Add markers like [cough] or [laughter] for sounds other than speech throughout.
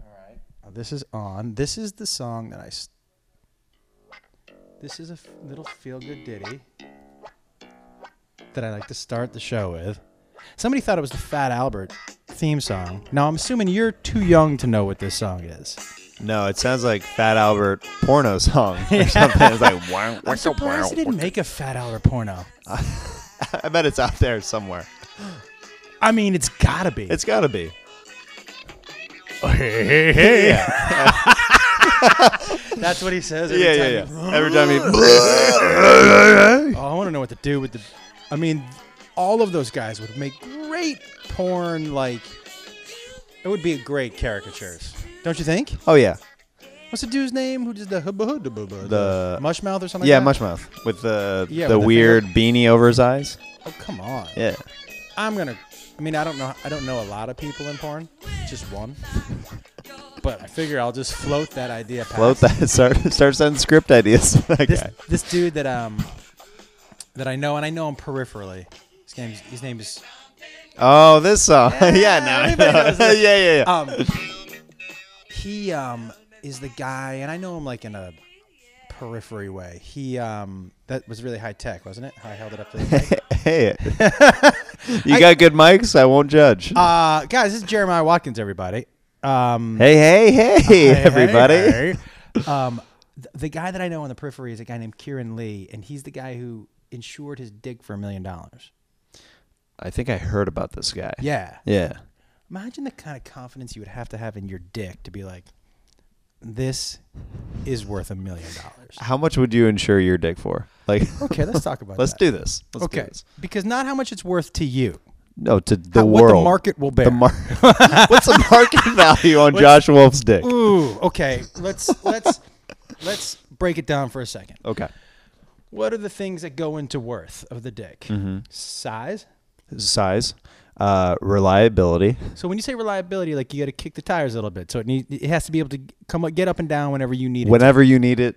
Now this is on. This is the song that I. s- This is a f- little feel good ditty that I like to start the show with. Somebody thought it was the Fat Albert theme song. Now I'm assuming you're too young to know what this song is. No, it sounds like Fat Albert porno song or something. [laughs] It's like wow, I'm surprised they didn't make a Fat Albert porno. [laughs] I bet it's out there somewhere. I mean, it's gotta be. It's got to be. Yeah. That's what he says. Every Yeah, time yeah, he- yeah. Every time he [gasps] Oh, I want to know what to do with the. I mean, all of those guys would make great porn. Like, it would be great caricatures, don't you think? [laughs] Oh yeah. What's the dude's name who did the hubba hubba hubba? The- mushmouth or something? Yeah, like that? Mushmouth with the Yeah, the with the weird beanie over his eyes. Oh, come on. Yeah. I'm gonna. I mean, I don't know. I don't know a lot of people in porn, just one. but I figure I'll just float that idea. Past. Float that. [laughs] Start start sending script ideas to that this guy. this dude that um that I know and I know him peripherally. His name his name is Oh, this song. [laughs] yeah, no. everybody knows no. [laughs] yeah, this. yeah, yeah. um he um is the guy and I know him like in a periphery way. He um that was really high tech, wasn't it? How I held it up to the mic. [laughs] hey. you got good mics? I won't judge. Uh guys, this is Jeremiah Watkins everybody. Um hey, hey, hey, [laughs] everybody. hey, hey. um th- the guy that I know on the periphery is a guy named Kieran Lee and he's the guy who insured his dick for a million [laughs] dollars. I think I heard about this guy. Yeah. Yeah. Imagine the kind of confidence you would have to have in your dick to be like, this is worth a million dollars. How much would you insure your dick for? Like, Okay, let's talk about let's that. do this. Let's do okay, this. because not how much it's worth to you, No, to the how- world. what the market will bear. The mar- [laughs] What's the market value on Josh Wolf's dick? Ooh, okay. Let's [laughs] let's let's break it down for a second. Okay. What are the things that go into worth of the dick? Mm-hmm. Size. Size, uh, reliability. So when you say reliability, like you got to kick the tires a little bit, so it need, it has to be able to come up, get up and down whenever you need it. Whenever you need it,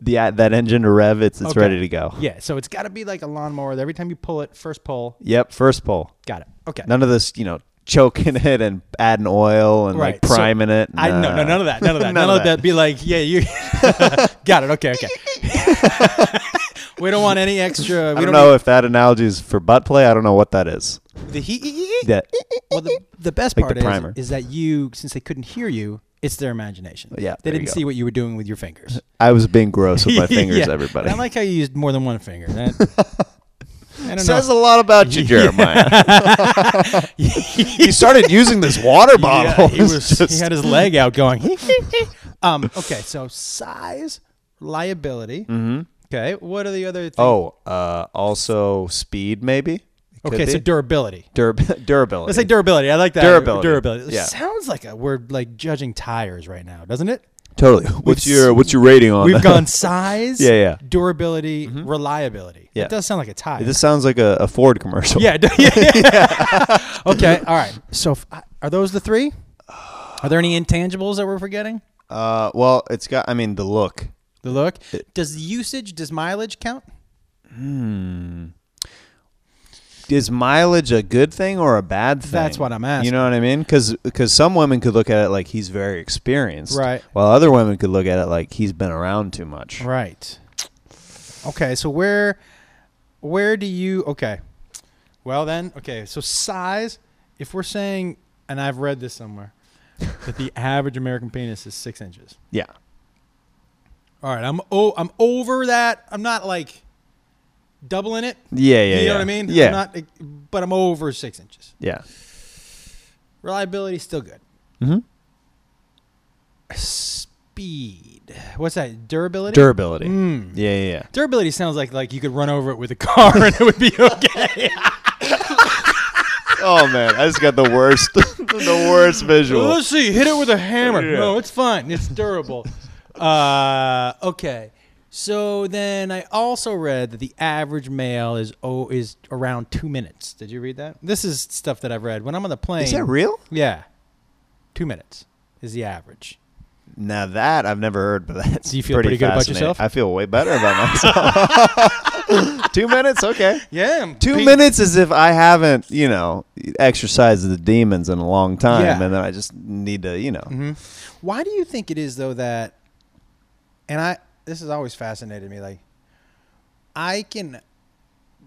the that engine to rev, it's it's Okay. ready to go. yeah, so it's got to be like a lawnmower. that Every time you pull it, first pull, Yep. First pull. got it. Okay. None of this, you know, choking [laughs] it and adding oil and like so priming it. I no, no, none of that. None of that. none, [laughs] None of of that. Be like, yeah, you [laughs] got it. Okay, okay. [laughs] we don't want any extra. I We don't know if that analogy is for butt play. I don't know what that is. need- the heat. [laughs] That, Well, the, the best Like the part primer. is, is that you, since they couldn't hear you, it's their imagination. Yeah, they there you didn't go. see what you were doing with your fingers. I was being gross with my fingers, [laughs] Yeah. everybody. I like how you used more than one finger. [laughs] That- I don't Says know. a [laughs] lot about you, Jeremiah. he started using this water bottle. [laughs] Yeah, he was. he had his leg out, going. [laughs] um. Okay. So size, reliability. Mm-hmm. Okay. What are the other? Things? oh, uh, also speed, maybe. Could Okay, so be. durability. Dur- [laughs] durability. Let's say durability. I like that. Durability. Durability. It Yeah. sounds like a, we're like judging tires right now, doesn't it? totally. What's We've- your what's your rating [laughs] on? We've that? [laughs] gone size, Yeah, yeah. Mm-hmm. durability, reliability. Yeah. It does sound like a tire. This sounds like a, a Ford commercial. yeah, d- [laughs] yeah, yeah. [laughs] okay, all right. So if I- are those the three? Are there any intangibles that we're forgetting? Uh, well, it's got. I mean, the look. The look. Does usage, does mileage count? Is mileage a good thing or a bad thing? That's what I'm asking. You know what I mean? Because some women could look at it like he's very experienced, Right. While other women could look at it like he's been around too much. Right. Okay, so where where do you okay. Well then, okay, so size, if we're saying and I've read this [laughs] somewhere, that the average American penis is six inches. Yeah. All right, I'm oh I'm over that. I'm not like doubling it. Yeah, yeah, you know yeah. what I mean? Yeah, I'm not but I'm over six inches. yeah. Reliability still good. Mm-hmm. Speed. What's that? Durability? Durability. Mm. Yeah, yeah, yeah. Durability sounds like like you could run over it with a car and it would [laughs] be okay. Oh man, I just got the worst, [laughs] the worst visual. Let's see. Hit it with a hammer. Yeah. No, it's fine. It's [laughs] durable. uh, okay. So then I also read that the average male is oh is around two minutes. Did you read that? This is stuff that I've read. When I'm on the plane. Is that real? Yeah. Two minutes is the average. Now that I've never heard, but that's Do you feel pretty good about fascinating. yourself? I feel way better about myself. [laughs] Two minutes? Okay. Yeah, I'm Two beat- minutes is if I haven't, you know, exercised the demons in a long time, Yeah. Mm-hmm. and then I just need to, you know. Why do you think it is though that and I this has always fascinated me like I can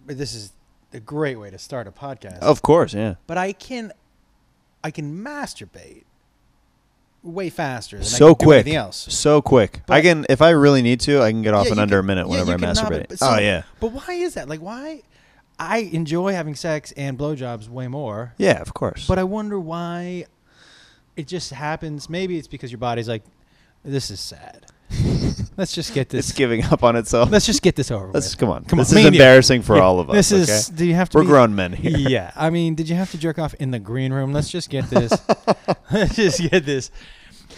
this is a great way to start a podcast. Of course, yeah. But I can I can masturbate way faster than I So can do quick, anything else. so quick. I But- can, if I really need to, I can get off Yeah, in you under can- a minute yeah, whenever you I can knob masturbate. it, but so- oh yeah, But why is that? Like why I enjoy having sex and blowjobs way more. yeah, of course. But I wonder why it just happens. Maybe it's because your body's like, this is [laughs] sad. let's just get it's this. giving up on itself. [laughs] let's just get this over. Let's with. come on. Come this on. is Me and you. embarrassing for Yeah, all of us. This is. okay? Do you have to? We're be- grown men [laughs] here. Yeah, I mean, did you have to jerk off in the green room? Let's just get [laughs] this. let's just get this.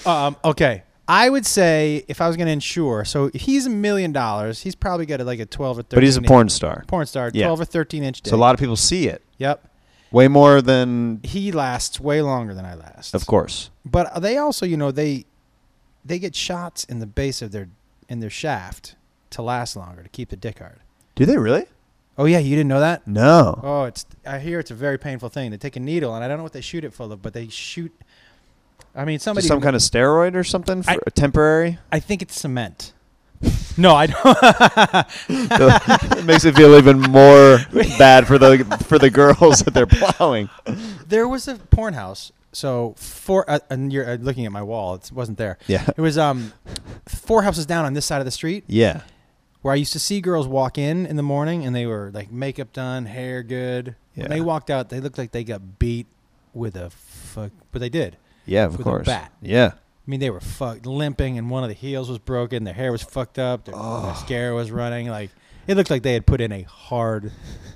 Um, okay, I would say if I was going to insure, so if he's a million dollars, he's probably got a, like a twelve or thirteen. But he's a inch- porn star, porn star, Yeah. twelve or thirteen inch. Dick. so a lot of people see it Yep, way more than, he lasts way longer than I last. of course. But they also, you know, they they get shots in the base of their in their shaft to last longer to keep the dick hard. Do they really? Oh yeah, you didn't know that? No. Oh, it's I hear it's a very painful thing. They take a needle and I don't know what they shoot it full of, but they shoot. I mean, Just somebody. some kind of steroid or something for uh, I- temporary. [laughs] I think it's cement. [laughs] no, I don't. it makes it feel even more bad for the for the girls that they're plowing. there was a porn house. So four, uh, and you're uh, looking at my wall. It wasn't there. Yeah. It was um, four houses down on this side of the street. [laughs] Yeah. where I used to see girls walk in in the morning and they were like makeup done, hair good. When Yeah. they walked out, they looked like they got beat with a fuck, but they did. Yeah, of With a course. bat. Yeah. I mean, they were fucked, limping, and one of the heels was broken. Their hair was fucked up. Their mascara was running. Like it looked like they had put in a hard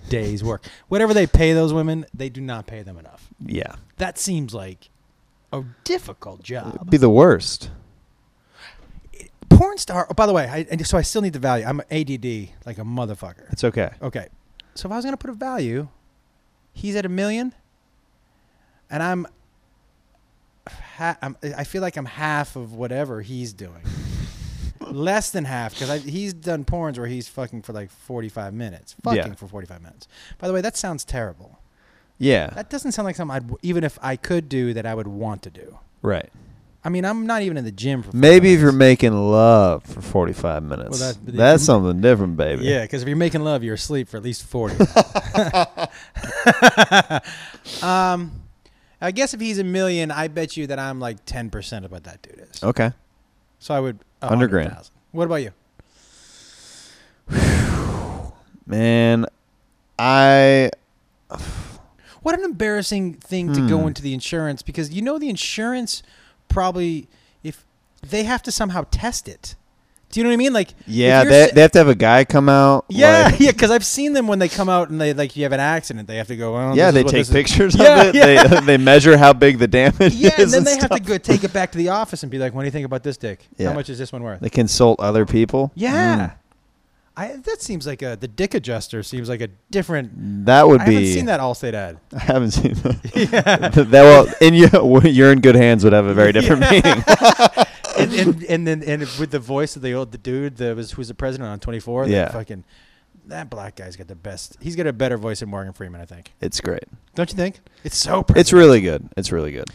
day's work. Whatever they pay those women, they do not pay them enough. Yeah. That seems like a difficult job. It'd be the worst. Porn star. Oh, by the way, I, and so I still need the value. I'm ADD like a motherfucker. It's okay. Okay. So if I was going to put a value, he's at a million, and I'm, ha- I'm. I feel like I'm half of whatever he's [laughs] doing. Less than half because he's done porns where he's fucking for like 45 minutes. Fucking Yeah. for 45 minutes. By the way, that sounds terrible. Yeah. That doesn't sound like something I'd, w- even if I could do, that I would want to do. right. I mean, I'm not even in the gym for 45 Maybe if you're minutes. making love for 45 minutes. Well, that- that's something different, baby. Yeah, because if you're making love, you're asleep for at least [laughs] forty. um, I guess if he's a million, I bet you that I'm like ten percent of what that dude is. Okay. So I would a Oh. Hundred grand. 100,000. What about you? Man, I What an embarrassing thing to go Hmm. into the insurance because you know the insurance probably if they have to somehow test it. Do you know what I mean? Like if yeah, you're they, sa- they have to have a guy come out. yeah, [laughs] like- yeah. Because I've seen them when they come out and they like you have an accident, they have to go. Oh, this yeah, is they what take this is- pictures Yeah, of it. yeah. [laughs] They they measure how big the [laughs] [laughs] damage Yeah, and is. then they have stuff. to go take it back to the office and be like, "What do you think about this dick? How Yeah. much is this one worth?" They consult other people. yeah, Mm. I, that seems like a the dick adjuster seems like a different. Mm, That would I be haven't seen that Allstate ad. [laughs] I haven't seen that. [laughs] yeah, that well, in your, [laughs] you're in good hands would have a very [laughs] different Yeah. meaning. and, and and then and with the voice of the old the dude that was who's the president on Twenty Four. Yeah. fucking that black guy's got the best. He's got a better voice than Morgan Freeman, I think. It's great. Don't you think? It's so. Perfect. It's really good. It's really good.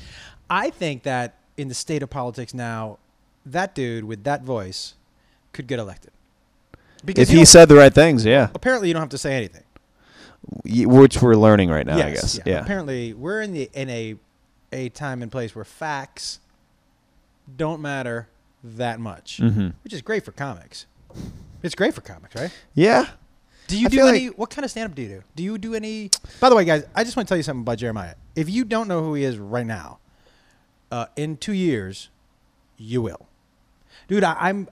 I think that in the state of politics now, that dude with that voice could get elected. If you he don't- said the right things, yeah, apparently you don't have to say anything. Y- which we're learning right now, I Yes, guess. Yeah. Apparently, we're in the in a a time and place where facts don't matter that much, Mm-hmm. which is great for comics. It's great for comics, right? Yeah. Do you I do feel any? what kind of stand up do you do? Do you do any? By the way, guys, I just want to tell you something about Jeremiah. If you don't know who he is right now, uh, in two years, you will, dude. I, I'm.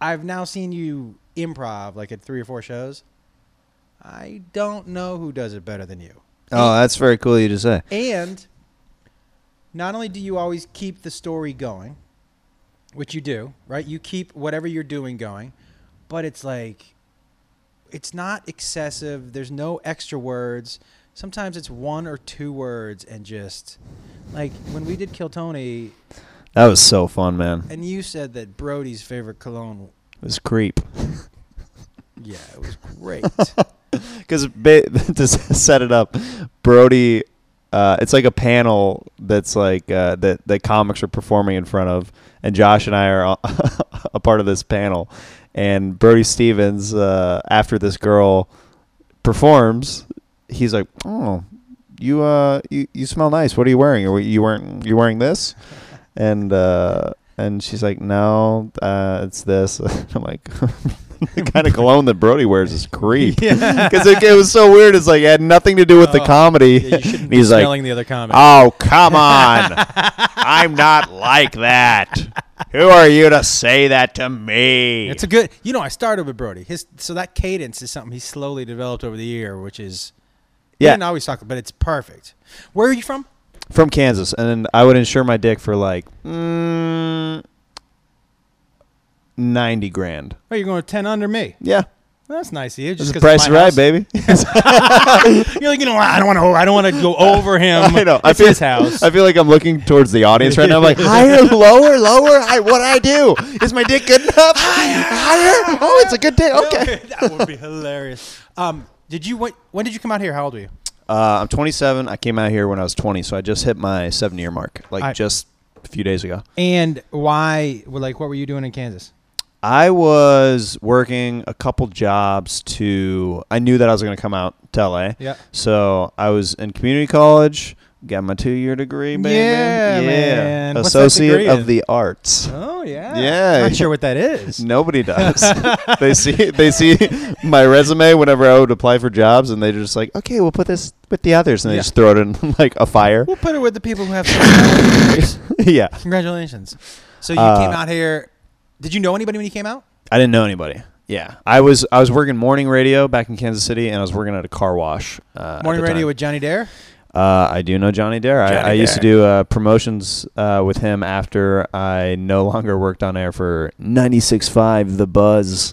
I've now seen you improv like at three or four shows. I don't know who does it better than you. Oh, that's very cool of you to say. And not only do you always keep the story going, which you do, right? You keep whatever you're doing going, but it's like it's not excessive. There's no extra words. Sometimes it's one or two words and just like when we did Kill Tony That was so fun, man. and you said that Brody's favorite cologne It was creep. Yeah, it was [laughs] great. [laughs] Because [laughs] to s- set it up, Brody, uh, it's like a panel that's like uh, that that comics are performing in front of, and Josh and I are all- a [laughs] part of this panel. And Brody Stevens, uh, after this girl performs, he's like, "Oh, you uh, you, you smell nice. What are you wearing? Are you wearing you wearing this?" And uh, and she's like, "No, uh, it's this." [laughs] I'm like. the kind of cologne that Brody wears is creep [laughs] yeah. because it, it was so weird. It's like it had nothing to do with the Oh, comedy. Yeah, you shouldn't And be he's like, smelling the other comic. "Oh come on, [laughs] I'm not like that. Who are you to say that to me?" It's a good. You know, I started with Brody. His so that cadence is something he slowly developed over the year, which is yeah. Yeah. didn't always talk, but it's perfect. Where are you from? From Kansas, and I would insure my dick for like mm, ninety grand. Oh, you're going ten under me. Yeah, That's nice of you. Just this is 'cause price it's is my right, house. [laughs] baby. You're like, you know, what? I don't want to. I don't want to [laughs] go over him. I know. It's I feel, his house. I feel like I'm looking towards the audience right now. [laughs] I'm like, higher, lower, lower. I, what I do? Is my dick good enough? higher. Oh, it's a good [laughs] dick. Okay. that would be hilarious. Um, did you when, when did you come out here? How old were you? Uh, I'm 27. I came out here when I was 20, so I just hit my seven year mark, like I- just a few days ago. And why? well, Like, what were you doing in Kansas? I was working a couple jobs to. I knew that I was going to come out to LA. Yeah. So I was in community college, got my two year degree, baby. Yeah, man. What's that Associate degree of in? the Arts. Oh yeah. Yeah. Not sure what that is. [laughs] Nobody does. they see they see my resume whenever I would apply for jobs, and they're just like, "Okay, we'll put this with the others," and they Yeah. just throw it in [laughs] like a fire. We'll put it with the people who [laughs] have. some- yeah, Congratulations. So you Uh, came out here. Did you know anybody when you came out? I didn't know anybody. Yeah, I was I was working morning radio back in Kansas City, and I was working at a car wash. Uh, at Morning the radio time. with Johnny Dare. Uh, I do know Johnny Dare. I, Johnny I used to Dare. do uh, promotions uh, with him after I no longer worked on air for 96.5 The Buzz.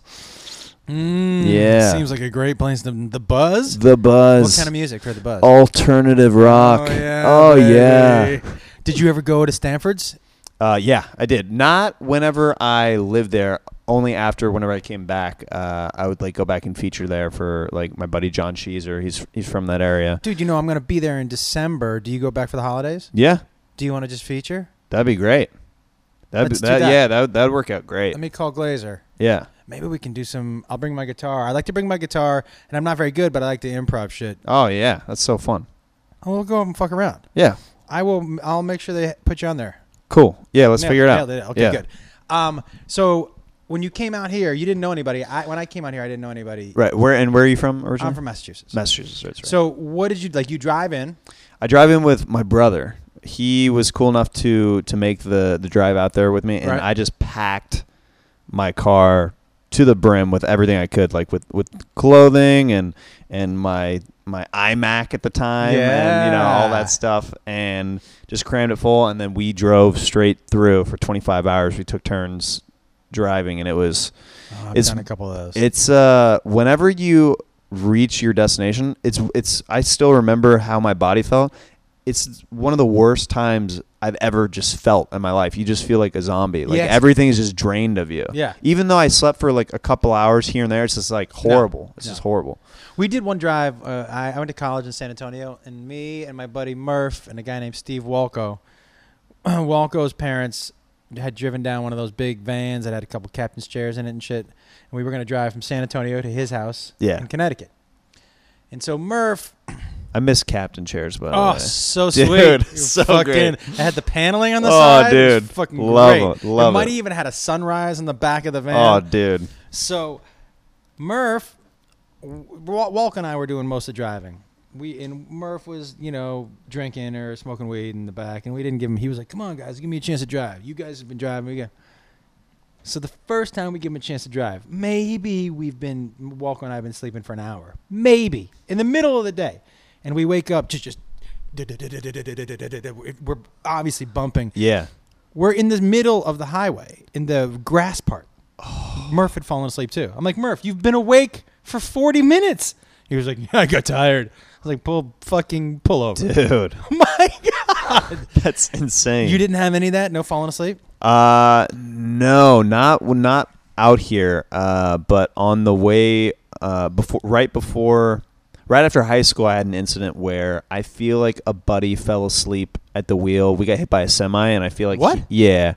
Mm, Yeah. Seems like a great place. The, the buzz. The Buzz. What kind of music for the buzz? Alternative rock. Oh yeah. Oh, yeah. baby. Did you ever go to Stanford's? Uh, yeah, I did. Not whenever I lived there. Only after whenever I came back, uh, I would like go back and feature there for like my buddy John Sheezer. He's he's from that area. Dude, you know I'm gonna be there in December. Do you go back for the holidays? Yeah, Do you want to just feature? that'd be great. That'd be, Let's do that, that. yeah that would- that'd work out great. Let me call Glazer. yeah. Maybe we can do some. I'll bring my guitar. I like to bring my guitar, and I'm not very good, but I like to improv shit. Oh yeah, that's so fun. Oh, we'll go up and fuck around. Yeah. I will. I'll make sure they put you on there. Cool. Yeah, let's Nailed- figure it out. nailed Okay, yeah. good. Um, so when you came out here, you didn't know anybody. I, when I came out here, I didn't know anybody. Right. Where and where are you from originally? I'm from Massachusetts. Oh, Massachusetts. That's right. So what did you like? You drive in. I drive in with my brother. He was cool enough to to make the the drive out there with me, and Right. I just packed my car to the brim with everything I could, like with with clothing and and my my iMac at the time, and you know all Yeah. that stuff, and just crammed it full. And then we drove straight through for 25 hours. We took turns driving, and it was Oh, I've It's- done a couple of those. It's uh whenever you reach your destination, it's it's I still remember how my body felt. It's one of the worst times I've ever just felt in my life. You just feel like a zombie. Like Yes. everything is just drained of you. Yeah. Even though I slept for like a couple hours here and there, it's just like horrible. it's No. just horrible. We did one drive. Uh, I, I went to college in San Antonio, and me and my buddy Murph and a guy named Steve [clears throat] Walco. Walco's parents had driven down one of those big vans that had a couple captain's chairs in it and shit. And we were going to drive from San Antonio to his house Yeah. in Connecticut. And so Murph, I miss captain chairs, by the oh, way. so [laughs] Dude, sweet, It was so fucking, great. It had the paneling on the Oh, side. It was dude. fucking Love great. it, love it might it. even had a sunrise on the back of the van. Oh, dude. So, Murph, w- Wa- Walk and I were doing most of the driving. We and Murph was, you know, drinking or smoking weed in the back, and we didn't give him. He was like, "Come on, guys, give me a chance to drive. You guys have been driving. We got." So the first time we give him a chance to drive, maybe we've been Walker and I've been sleeping for an hour, maybe in the middle of the day, and we wake up just just. We're obviously bumping. Yeah. [laughs] We're in the middle of the highway, in the grass part. Oh. Murph had fallen asleep too. I'm like, Murph, you've been awake for 40 minutes. He was like, [laughs] Yeah, I got tired. I was like, pull, fucking pull over. Dude. [laughs] My God. That's insane. You didn't have any of that? No falling asleep? Uh, no, not not out here. Uh, but on the way uh, before right before right after high school I had an incident where I feel like a buddy fell asleep at the wheel. We got hit by a semi and I feel like What? yeah.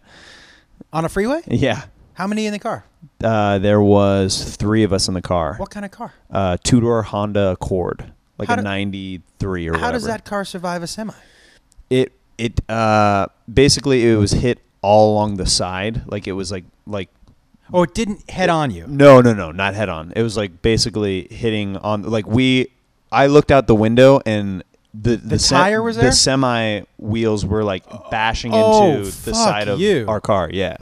on a freeway? Yeah. How many in the car? Uh, there was 3 of us in the car. What kind of car? Uh, two-door Honda Accord, like How a do- 93 or How whatever. does that car survive a semi? it it uh basically it was hit all along the side like it was like like Oh, it didn't head on you. no no no not head on it was like basically hitting on like we i looked out the window and the the, tire was there? the semi wheels were like bashing Oh, into the fuck side of you. our car yeah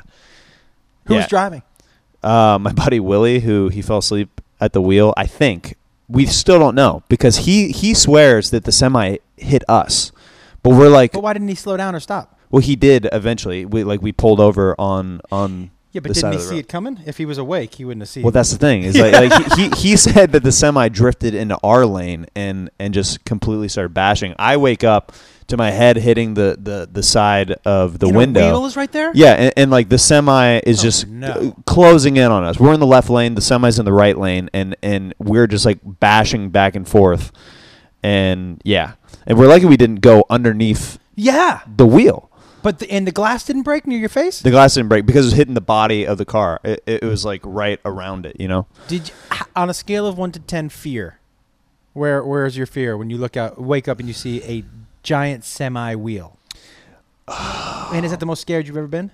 Who was Yeah. driving? uh, my buddy Willie, who he fell asleep at the wheel. I think we still don't know because he he swears that the semi hit us, but we're like, But why didn't he slow down or stop? well, he did eventually. We like we pulled over on on. Yeah, but the didn't side he of the see road. it coming? If he was awake, he wouldn't have seen. Well, that's the thing. Is like, like he, he he said that the semi drifted into our lane and and just completely started bashing. I wake up to my head hitting the the the side of the You know, window. wheel is right there. Yeah, and, and like the semi is Oh, just no. uh, closing in on us. We're in the left lane, the semi's in the right lane, and and we're just like bashing back and forth, and yeah, and we're lucky we didn't go underneath Yeah, the wheel. but the, and the glass didn't break near your face. The glass didn't break because it was hitting the body of the car. It, it was like right around it, you know. Did you, h- on a scale of one to ten, fear? Where where is your fear when you look out, wake up, and you see a giant semi [sighs] wheel? and is that the most scared you've ever been?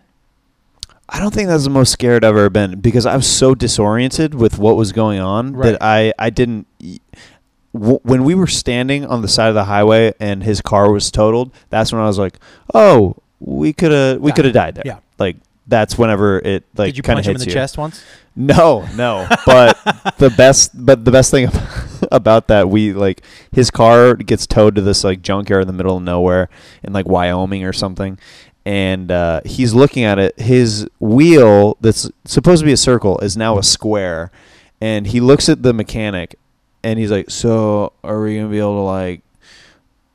I don't think that's the most scared I've ever been because I was so disoriented with what was going on Right. that I I didn't. W- when we were standing on the side of the highway and his car was totaled, that's when I was like, "Oh, we could have we Died. could have died there." Yeah. Like that's whenever it like Did you kind of punch him in hits the you. chest once? No, no. But the best, but the best thing [laughs] about that, we like his car gets towed to this like junkyard in the middle of nowhere in like Wyoming or something, and uh, he's looking at it. His wheel that's supposed to be a circle is now a square, and he looks at the mechanic, and he's like, "So are we gonna be able to like?"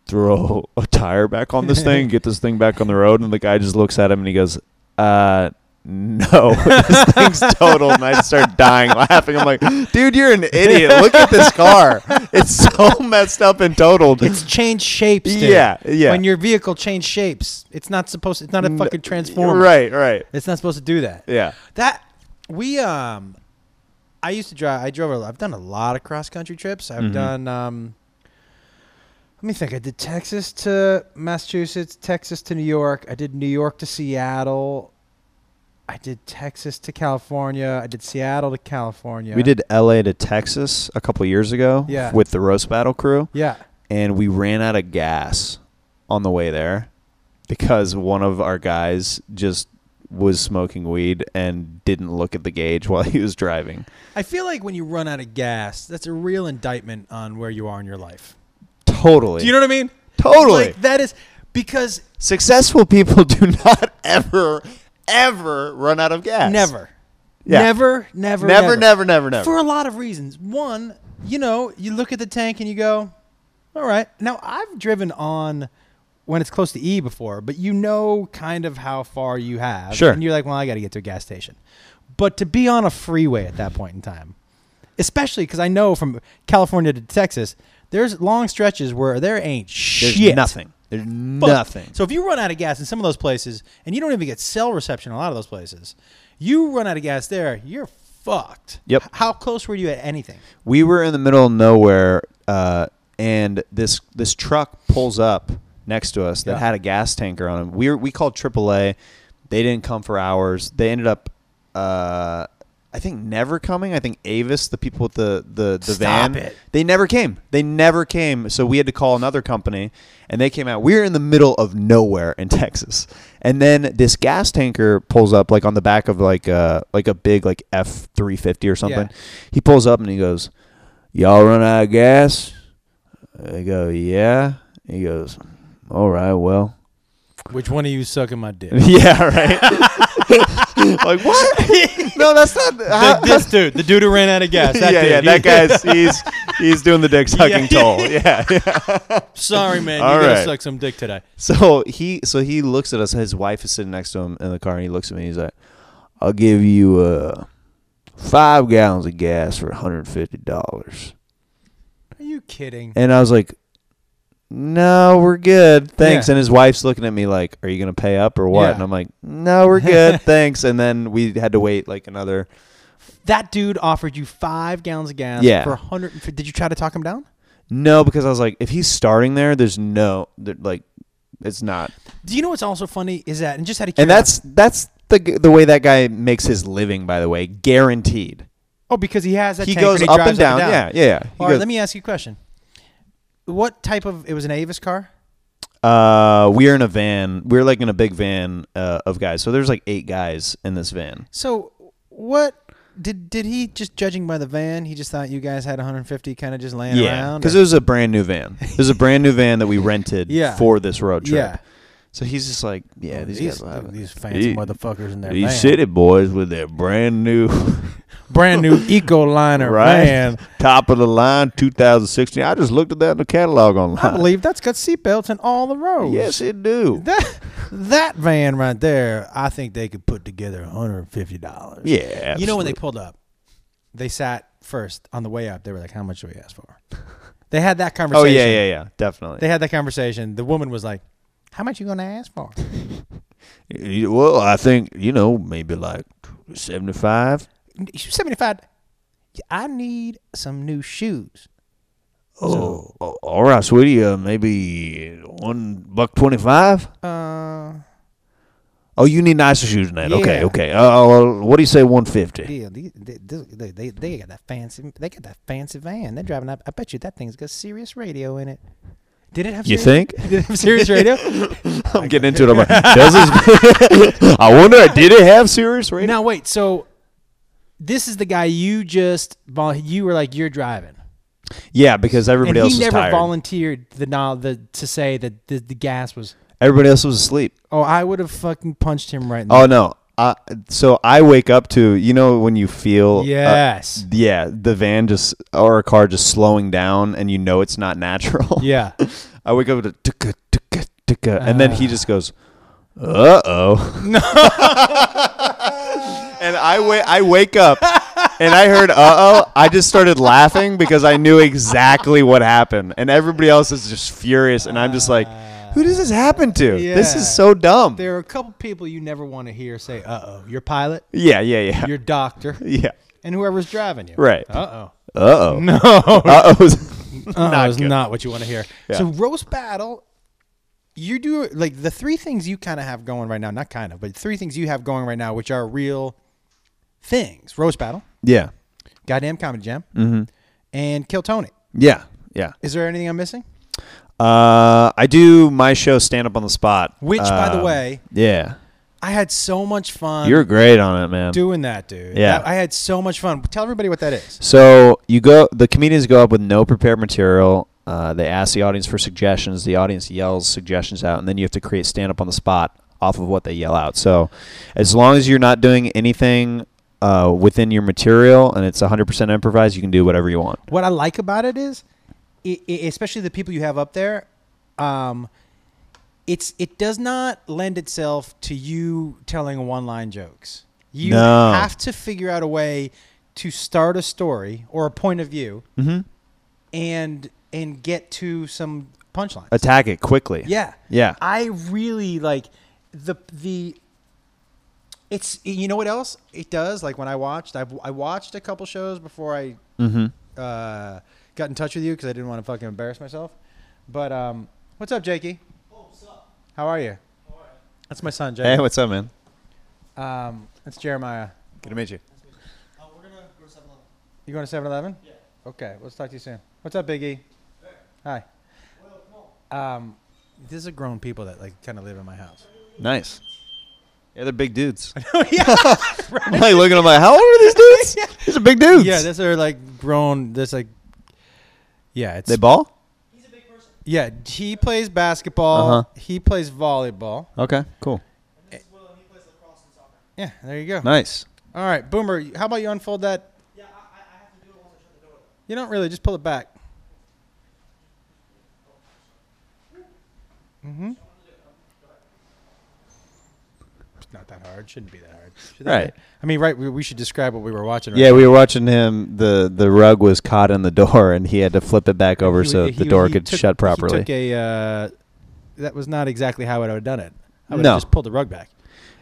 throw a tire back on this thing get this thing back on the road and the guy just looks at him and he goes uh no, [laughs] this thing's total. And I start dying laughing. I'm like, dude, you're an idiot. Look at this car. It's so messed up and totaled. It's changed shapes. Dude. Yeah, yeah. When your vehicle changes shapes, it's not supposed. It's not a N- uh, fucking transformer. Right, right. It's not supposed to do that. Yeah. That we um, I used to drive. I drove. a lot- I've done a lot of cross country trips. I've Mhm. done. um Let me think. I did Texas to Massachusetts, Texas to New York. I did New York to Seattle. I did Texas to California. I did Seattle to California. We did LA to Texas a couple years ago Yeah. with the roast battle crew, Yeah. and we ran out of gas on the way there because one of our guys just was smoking weed and didn't look at the gauge while he was driving. I feel like when you run out of gas, that's a real indictment on where you are in your life. Totally. Do you know what I mean? totally. Like that is because Successful people [laughs] do not ever, ever run out of gas. never, Yeah. never, never, Never, never, never, never. for a lot of reasons. One, you know, you look at the tank and you go, all right. Now, I've driven on when it's close to E before, but you know kind of how far you have. Sure. And you're like, well, I got to get to a gas station. But to be on a freeway at that point in time, especially because I know from California to Texas, there's long stretches where there ain't There's shit. nothing. There's Fuck. nothing. So if you run out of gas in some of those places, and you don't even get cell reception in a lot of those places, you run out of gas there, you're fucked. Yep. H- How close were you at anything? we were in the middle of nowhere, uh, and this this truck pulls up next to us that Yeah. had a gas tanker on him. We were, we called AAA. They didn't come for hours. They ended up, uh, I think, never coming. I think Avis, the people with the the, the Stop van, it. they never came. They never came. So we had to call another company, and they came out. We were in the middle of nowhere in Texas, and then this gas tanker pulls up like on the back of like uh like a big like F three fifty or something. Yeah. He pulls up and he goes, "Y'all run out of gas?" I go, "Yeah." He goes, "All [laughs] right, well." [laughs] Which one of you sucking my dick? [laughs] yeah, right. like what? No, that's not. how- this dude, the dude who ran out of gas. That [laughs] yeah, dude, yeah, He- that guy's he's he's doing the dick sucking [laughs] Yeah. toll. Yeah, [laughs] Sorry, man, All you gotta right. suck some dick today. So he so he looks at us. His wife is sitting next to him in the car, and he looks at me. and He's like, "I'll give you uh, five gallons of gas for $150. Are you kidding? And I was like, no, we're good. Thanks. Yeah. And his wife's looking at me like, are you going to pay up or what? Yeah. And I'm like, no, [laughs] we're good. thanks. And then we had to wait like another. That dude offered you five gallons of gas Yeah. for a hundred. and fif- Did you try to talk him down? No, because I was like, if he's starting there, there's no, there- like, it's not. Do you know what's also funny is that, and just had a And that's, that's the, g- the way that guy makes his living, by the way, guaranteed. oh because he has that he tank goes and he up drives and down. Yeah, yeah, yeah. He All right, goes- let me ask you a question. What type of? It was an Avis car. Uh, we're in a van. We're like in a big van uh, of guys. So there's like eight guys in this van. So what did did he just judging by the van? He just thought you guys had 150 kind of just laying around. because or- it was a brand new van. It was a brand new van that we [laughs] rented Yeah. for this road trip. yeah, So he's just like, yeah, these, guys will have it. these fancy These- motherfuckers in there. These city boys with their brand new, [laughs] brand new Ecoliner right, van. top of the line 2016. I just looked at that in the catalog I online. believe that's got seatbelts in all the rows. yes, it do. that that van right there. I think they could put together 150 dollars. yeah, You know when they absolutely. pulled up, they sat first on the way up. They were like, "How much do we ask for?" They had that Oh conversation. yeah, yeah, yeah, definitely. They had that conversation. The woman was like, "How much you gonna ask for?" You- well, I think you know maybe like 75. seventy five. I need some new shoes. Oh, a- all right, sweetie. Uh, maybe one buck twenty-five. Uh, Oh, you need nicer shoes than that. Okay, Yeah. okay. Uh, well, what do you say, one fifty? deal. They, they, they, they, they got that fancy. They got that fancy van. They're driving. up. I bet you that thing's got serious radio in it. Did it have? You serious- think? [laughs] Did it have serious radio? [laughs] I'm getting into it. I'm like, does this? [laughs] I wonder. Did it have serious radio? now wait. So this is the guy you just vol- you were like you're driving. Yeah, because everybody and else he was never tired. volunteered the, no- the to say that the, the gas was. everybody else was asleep. Oh, I would have fucking punched him right now. Oh no. Uh, so I wake up to you know when you feel uh, yes. yeah, the van just or a car just slowing down, and you know it's not natural. yeah. I wake up to ticka ticka ticka, and then he Ah. just goes, "Uh [laughs] oh." No. and I wait. I wake up, and I heard "uh oh." I just started laughing because I knew exactly what happened, and everybody else is just furious, and I'm just like, "Who does this happen to? This Ah. Yeah. is so dumb." There are a couple people you never want to hear say, "Uh oh," your pilot, yeah, yeah, yeah, your doctor, yeah. and whoever's driving you. Right. Uh [laughs] oh. Uh oh. No. Oh, Uh [laughs] oh. not is not what you want to hear. Yeah. So roast battle, you do like the three things you kind of have going right now. Not kind of, but three things you have going right now, which are real things: roast battle, yeah. goddamn comedy jam, Mm-hmm. and kill Tony. Yeah. Yeah. Is there anything I'm missing? Uh, I do my show stand up on the spot, Which, by the Um, way- yeah, I had so much fun you're great on it, man. doing that, dude. Yeah. I, I had so much fun. Tell everybody what that is. So you go. The comedians go up with no prepared material. Uh, they ask the audience for suggestions. The audience yells suggestions out, and then you have to create stand up on the spot off of what they yell out. So, as long as you're not doing anything uh, within your material and it's 100% improvised, you can do whatever you want. what I like about it is, i i especially the people you have up there, um, it's it does not lend itself to you telling one line jokes. You No. have to figure out a way to start a story or a point of view, Mm-hmm. and and get to some punchline. Attack it quickly. Yeah. Yeah. I really like the the. It's you know what else it does. Like when I watched, I've, I watched a couple shows before I Mm-hmm. uh, got in touch with you because I didn't want to fucking embarrass myself. But um, what's up, Jakey? Oh, what's up? How are you? That's my son, Hey, Jake. what's up, man? Um, that's Jeremiah. Good to meet you. You going to 7-Eleven? Yeah. Okay, let's talk to you soon. What's up, Biggie? Hi. Um, these are grown people that like kind of live in my [laughs] house. Nice. Yeah, they're big [laughs] dudes. yeah. I'm like looking at my, how old are these [laughs] dudes? Yeah. These are big [laughs] dudes. Yeah, these are like grown. This like, yeah, it's they ball. yeah. He plays basketball. Uh-huh. He plays volleyball. Okay, cool, Yeah, there you go. nice. All right, Boomer. How about you unfold that? Yeah, I, I have to do it once I shut the door. You don't really. Just pull it back. Mm-hmm. not that hard. Shouldn't be that hard. Should that Right. be- I mean, right. We, we should describe what we were watching. Right Yeah, we were watching him. the The rug was caught in the door, and he had to flip it back over He- so he- the he- door he could took- shut He properly. took a, uh, that was not exactly how I would have done it. I would No. have just pulled the rug back.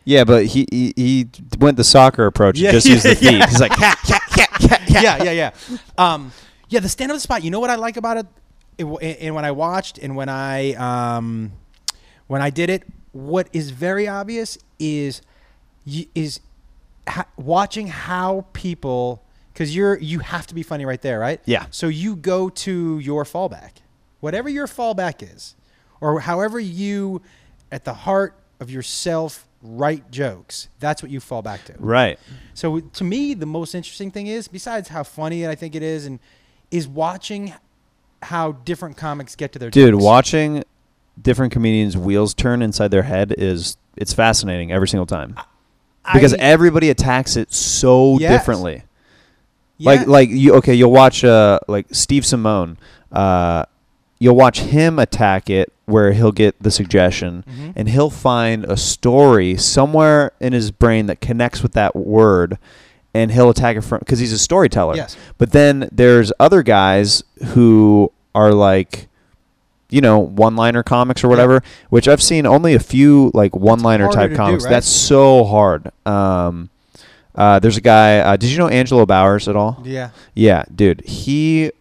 yeah, but he, he he went the soccer approach. and Yeah, just used [laughs] the yeah, feet. yeah. He's like, "Ha, ha, ha, ha, ha." yeah, yeah, yeah. Um, yeah, the stand up spot. You know what I like about it, It w- and and when I watched and when I um, when I did it, what is very obvious is y- is ha- watching how people because you're you have to be funny right there, right? Yeah. So you go to your fallback, whatever your fallback is, or however you at the heart of yourself write jokes. That's what you fall back to. Right. So to me, the most interesting thing is, besides how funny I think it is, and is watching how different comics get to their Dude, jokes. watching different comedians' wheels turn inside their head is it's fascinating every single time because I- everybody attacks it so Yes. differently. yeah, e- Like like you okay, you'll watch uh like Steve Simone, uh you'll watch him attack it where he'll get the suggestion Mhm. and he'll find a story somewhere in his brain that connects with that word and he'll attack it from cuz he's a storyteller. Yes. But then there's other guys who are like you know, one-liner comics or whatever, which I've seen only a few like one-liner harder type to do, comics. right? That's so hard. Um uh, there's a guy. Uh, did you know Angelo Bowers at all? yeah, Yeah, dude. He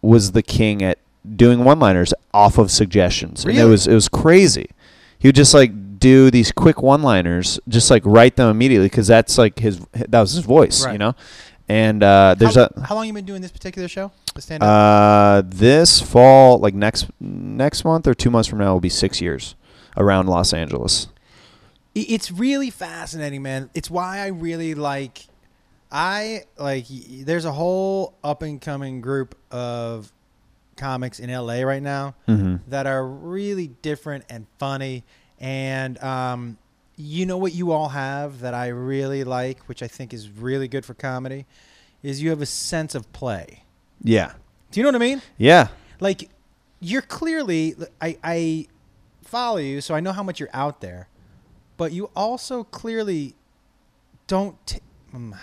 was the king at doing one-liners off of suggestions, and Really? it was it was crazy. He would just like do these quick one-liners, just like write them immediately because that's like his that was his voice, Right. you know. And uh, there's how, a how long you been doing this particular show? The stand up. uh, this fall, like next next month or two months from now, will be six years around Los Angeles. it's really fascinating, man. It's why I really like. I like. y- There's a whole up and coming group of comics in LA right now Mm-hmm. that are really different and funny. And um, you know what you all have that I really like, which I think is really good for comedy, is you have a sense of play. Yeah, Do you know what I mean? yeah, Like, you're clearly, I, I follow you, so I know how much you're out there, but you also clearly don't, t- mm,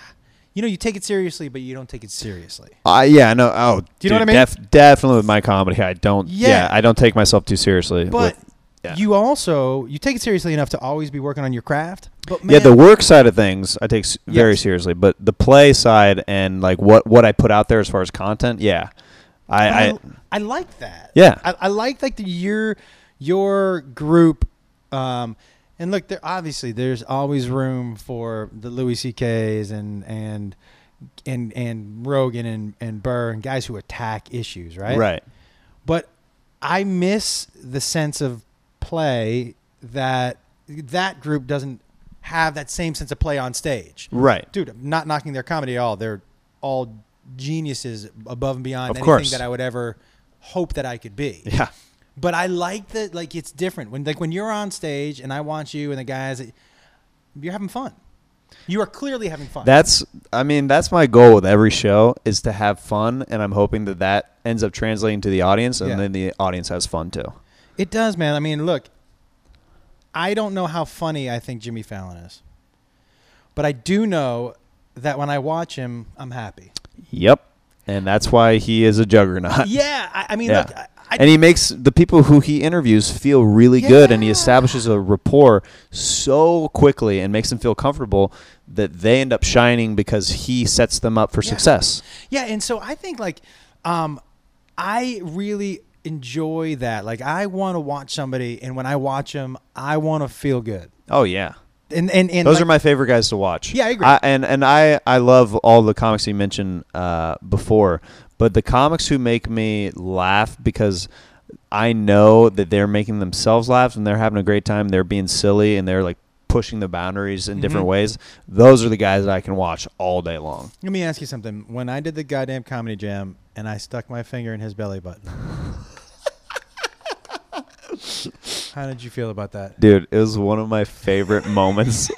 you know, you take it seriously, but you don't take it seriously. I yeah, no. Oh, Do you know dude, what I mean? Def, definitely with my comedy, I don't. Yeah. Yeah. I don't take myself too seriously. But with- yeah. you also, you take it seriously enough to always be working on your craft. But man, yeah, the work side of things I take s- very Yes. seriously, but the play side and like what what I put out there as far as content, yeah, But I, I I like that. Yeah. I, I like like the, your your group. Um, and look, there obviously there's always room for the Louis C.K.'s and and and and Rogan and and Burr and guys who attack issues, right? right. But I miss the sense of play that that group doesn't have that same sense of play on stage Right. dude, I'm not knocking their comedy at all. They're all geniuses above and beyond Of anything course. that I would ever hope that I could be. [laughs] Yeah. But I like that like it's different. When like when you're on stage and I watch you and the guys you're having fun. You are clearly having fun. That's I mean that's my goal with every show is to have fun, and I'm hoping that that ends up translating to the audience, and Yeah. then the audience has fun too. it does, man. I mean, look, I don't know how funny I think Jimmy Fallon is. But I do know that when I watch him, I'm happy. Yep. And that's why he is a juggernaut. [laughs] yeah, I, I mean, Yeah. look, I, I, and he makes the people who he interviews feel really good and he Yeah. establishes a rapport so quickly and makes them feel comfortable that they end up shining because he sets them up for Yeah. success. Yeah, and so I think like um I really enjoy that. Like I want to watch somebody and when I watch them, I want to feel good. Oh yeah. And and and Those like- are my favorite guys to watch. Yeah, I agree. and and I, I love all the comics you mentioned uh, before, but the comics who make me laugh because I know that they're making themselves laugh and they're having a great time. They're being silly and they're like pushing the boundaries in different Mhm. ways. Those are the guys that I can watch all day long. Let me ask you something. When I did the goddamn comedy jam and I stuck my finger in his belly button. [laughs] How did you feel about that? Dude, it was one of my favorite moments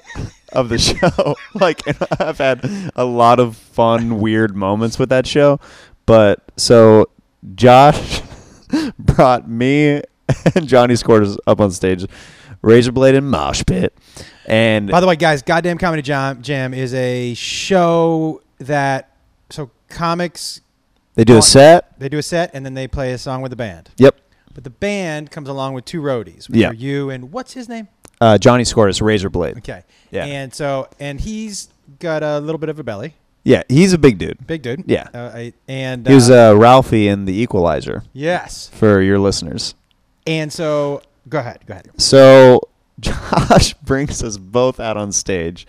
of the show. [laughs] Like, and I've had a lot of fun, weird moments with that show. But so Josh [laughs] brought me and Johnny Squares up on stage, razor blade and mosh pit, And By the way, guys, Goddamn Comedy Jam, Jam is a show that so comics they do a set. they do a set and then they play a song with the band. Yep. But the band comes along with two roadies, which Yeah. are you and what's his name? Uh, Johnny Scotus, Razor Blade. Okay. Yeah. And so and he's got a little bit of a belly, Yeah, he's a big dude. big dude. Yeah. Uh, I, and He was uh, uh, Ralphie in The Equalizer yes. for your listeners. And so go ahead, go ahead. So [laughs] Josh brings us both out on stage.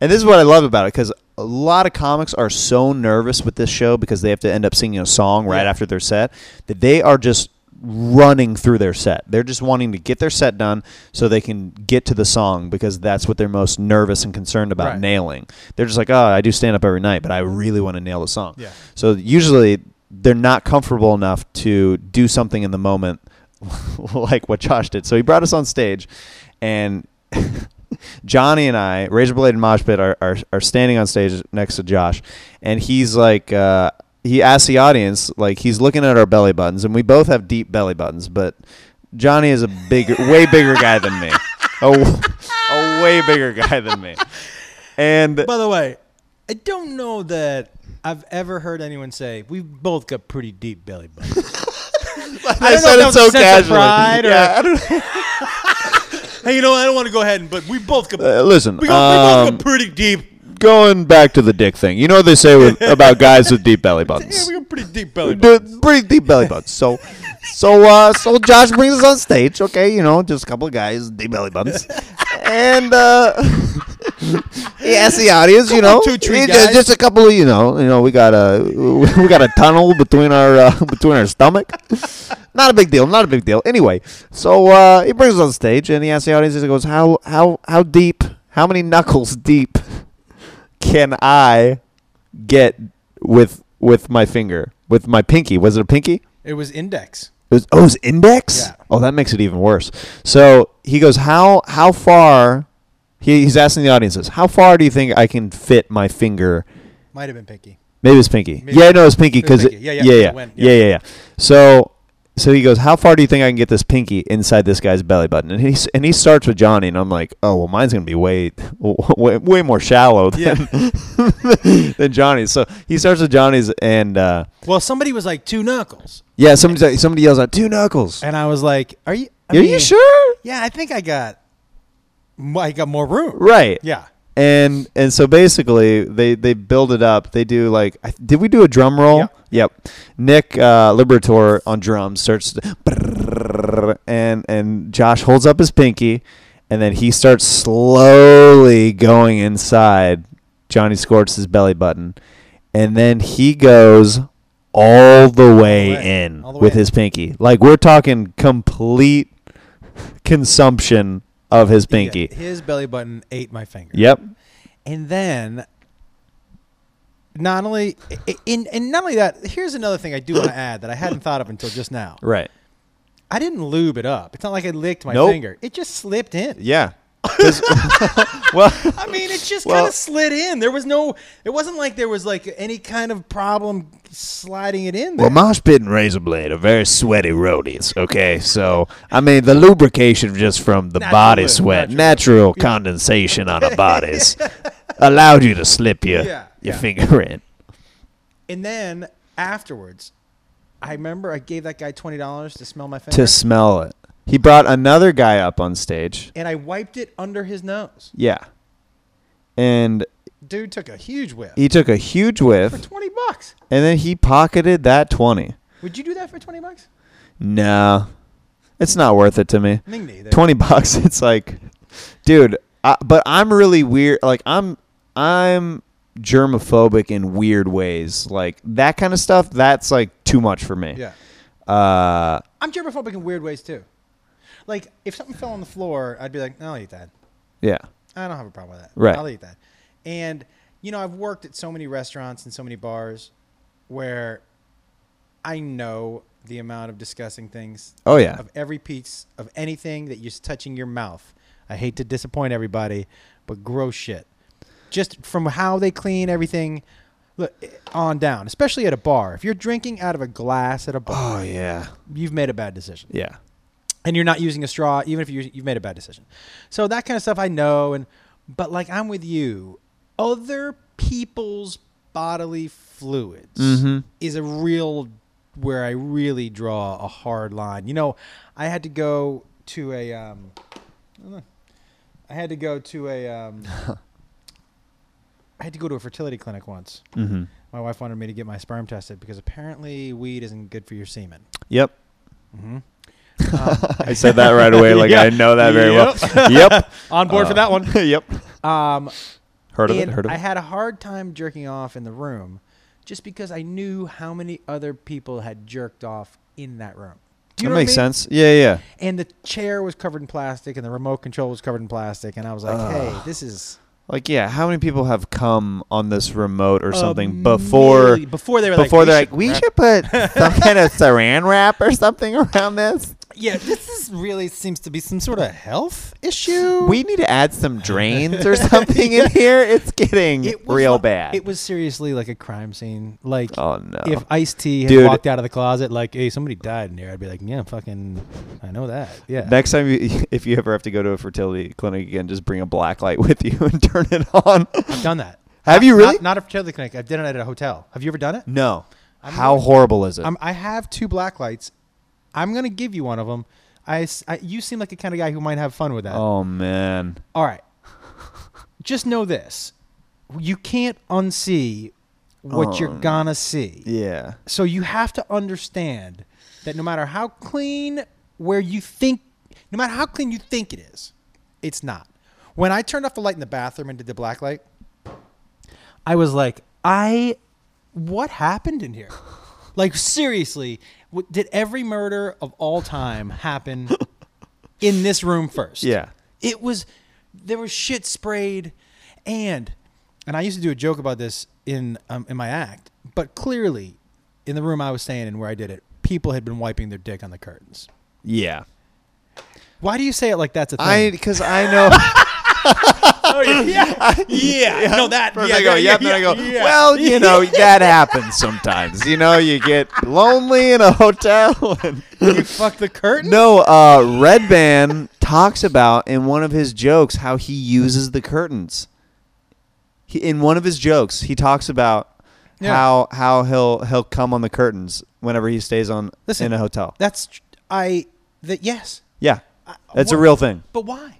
And this is what I love about it because a lot of comics are so nervous with this show because they have to end up singing a song right Yeah. after their set that they are just running through their set. They're just wanting to get their set done so they can get to the song because that's what they're most nervous and concerned about Right. nailing. They're just like, oh, I do stand up every night, but I really want to nail the song. Yeah. So usually they're not comfortable enough to do something in the moment [laughs] like what Josh did. So he brought us on stage and [laughs] Johnny and I, Razor Blade and Mosh Pit, are, are, are standing on stage next to Josh. And he's like, uh, he asks the audience, like, he's looking at our belly buttons. And we both have deep belly buttons, but Johnny is a bigger, way bigger guy than me. A, w- a way bigger guy than me. And By the way, I don't know that I've ever heard anyone say we both got pretty deep belly buttons. I, don't know if said it that was so a sense of casually. pride or- yeah, I don't [laughs] hey, you know, I don't want to go ahead and, but we both got, Uh, listen, we, got, we both um, got pretty deep. going back to the dick thing, you know what they say [laughs] with, about guys with deep belly Yeah, buttons. we got pretty deep belly buttons. Dude, pretty deep belly buttons. So, so, uh, so Josh brings us on stage. Okay, you know, just a couple of guys, deep [laughs] belly buttons, and uh, he asks the audience, you know, Couple two, three he just, guys. just a couple of, you know, you know, we got a [laughs] we got a tunnel between our uh, [laughs] between our stomach. Not a big deal. Not a big deal. Anyway, so uh, he brings us on stage and he asks the audience. He goes, "How how how deep? How many knuckles deep can I get with with my finger with my pinky? Was it a pinky? It was index. It was, oh, it was index. Yeah. Oh, that makes it even worse. So he goes, how how far? He, he's asking the audiences, how far do you think I can fit my finger? Might have been pinky. Maybe it's pinky. Maybe- yeah, no, it's pinky it was because pinky. Yeah, yeah, yeah, it yeah. went, yeah, yeah. yeah, yeah. So so he goes, how far do you think I can get this pinky inside this guy's belly button? And he s- and he starts with Johnny, and I'm like, oh well, mine's gonna be way [laughs] way, way more shallow than [laughs] than Johnny's. So he starts with Johnny's, and uh, [laughs] Well, somebody was like two knuckles, yeah, somebody somebody yells out two knuckles. and I was like, "Are you? I Are you mean, sure? Yeah, I think I got, I got more room. Right. Yeah. And and so basically they they build it up. They do like I- did we do a drum roll? Yeah. Yep. Nick uh, Liberator on drums starts to- and and Josh holds up his pinky and then he starts slowly going inside Johnny Scorch's belly button. And then he goes all the way All the way. in All the way with in. his pinky. Like we're talking complete consumption of his pinky. Yeah, his belly button ate my finger. Yep. and then not only in and not only that here's another thing i do want to add that i hadn't thought of until just now Right. i didn't lube it up it's not like i licked my Nope. finger it just slipped in [laughs] Yeah. 'Cause- well, [laughs] i mean it just Well- kind of slid in there was no it wasn't like there was like any kind of problem sliding it in there well, Mosh Pit and Razor Blade are very sweaty roadies. Okay, so I mean the lubrication just from the Natural body lube, sweat, natural. natural, condensation on our [laughs] bodies, allowed you to slip your Yeah, your yeah. finger in. and then afterwards i remember i gave that guy $20 to smell my finger To smell it, he brought another guy up on stage. and i wiped it under his nose Yeah, and dude took a huge whiff he took a huge for whiff, 20 bucks and then he pocketed that twenty. would you do that for 20 bucks No, it's not worth it to me. Ming [laughs] neither. 20 bucks it's like dude I, but i'm really weird like i'm i'm germophobic in weird ways like that kind of stuff that's like too much for me yeah uh I'm germophobic in weird ways too. Like if something fell on the floor, I'd be like, I'll eat that. yeah I don't have a problem with that. Right. I'll eat that. And you know, I've worked at so many restaurants and so many bars where I know the amount of disgusting things oh yeah of every piece of anything that you're touching your mouth. I hate to disappoint everybody, but gross shit. Just from how they clean everything look, eh, on down, especially at a bar. If you're drinking out of a glass at a bar, oh yeah you've made a bad decision. yeah and you're not using a straw, even if you, you've made a bad decision. So that kind of stuff I know, and but like I'm with you, other people's bodily fluids Mhm. is a real where I really draw a hard line. You know, I had to go to a, um, I don't know. I had to go to a, um, I had to go to a fertility clinic once. Mm-hmm. My wife wanted me to get my sperm tested because apparently weed isn't good for your semen. Yep. Mm-hmm. [laughs] Um, I said that right away. Like Yeah. I know that very well. [laughs] yep. On board Uh, for that one. yep. Um, Heard of it. and Heard of I it. had a hard time jerking off in the room just because I knew how many other people had jerked off in that room. Do you know that what I makes mean? sense. Yeah, yeah. And the chair was covered in plastic, and the remote control was covered in plastic, and I was like, "Hey, this is Like yeah, how many people have come on this remote or a something before million- before they were before like, they're like, we wrap- should put [laughs] some kind of saran wrap or something around this. yeah, this is really seems to be some sort of health issue." We need to add some drains or [laughs] something in here. It's getting was real like- bad. It was seriously like a crime scene. Like oh no. if Ice T had Dude. walked out of the closet like, "Hey, somebody died in here," I'd be like, "Yeah, fucking, I know that." Yeah. Next time, you, [laughs] if you ever have to go to a fertility clinic again, just bring a black light with you [laughs] and turn it on. I've done that. Have you really? Not, not a fertility clinic. I've done it at a hotel. Have you ever done it? no. I'm How gonna- horrible is it? I'm, I have two black lights. I'm gonna give you one of them. I, s- I- you seem like the kind of guy who might have fun with that. oh man. All right. Just know this: you can't unsee what Oh, you're no. gonna see. Yeah. So you have to understand that no matter how clean where you think, no matter how clean you think it is, it's not. When I turned off the light in the bathroom and did the black light, I was like, I, what happened in [laughs] here? Like seriously, w- did every murder of all time happen in this room first? Yeah. It was there was shit sprayed, and and I used to do a joke about this in um, in my act, but clearly, in the room I was staying in where I did it, people had been wiping their dick on the curtains. Yeah. Why do you say it like that's a thing? I because I know. [laughs] oh, yeah, [laughs] yeah, no that. First yeah, I go, yeah, yep. then I yeah, go, yeah. well, you know, that happens sometimes. You know, you get lonely in a hotel. [laughs] [laughs] And you fuck the curtain. no, uh, Red Band talks about in one of his jokes how he uses the curtains. He, in one of his jokes, he talks about Yeah. how how he'll he'll come on the curtains whenever he stays on Listen. in a hotel. that's tr- I. That yes, Yeah, I- that's a what- real thing. But why?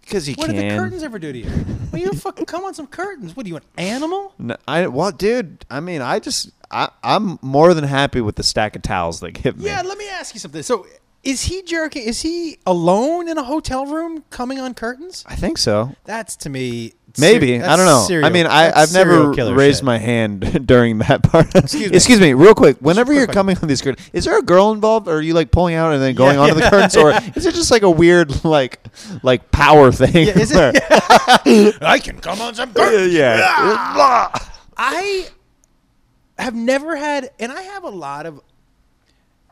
Because he What can. did the curtains ever do to you? Well, you fucking come on some curtains. What are you, an animal? No, I well, dude. I mean, I just I I'm more than happy with the stack of towels they give me. Yeah, let me ask you something. So, is he jerking? Is he alone in a hotel room coming on curtains? I think so. That's to me. Maybe ser- I that's don't know. I serial- mean, I, that's I've never serial killer raised shit. my hand [laughs] during that part. Excuse me. me, real quick. Whenever quick you're question. coming on these curtains, is there a girl involved, or are you like pulling out and then going Yeah. onto the curtains, [laughs] or is it just like a weird like like power thing? Yeah, is where- it? [laughs] [laughs] I can come on some [laughs] curtains. yeah. I have never had, and I have a lot of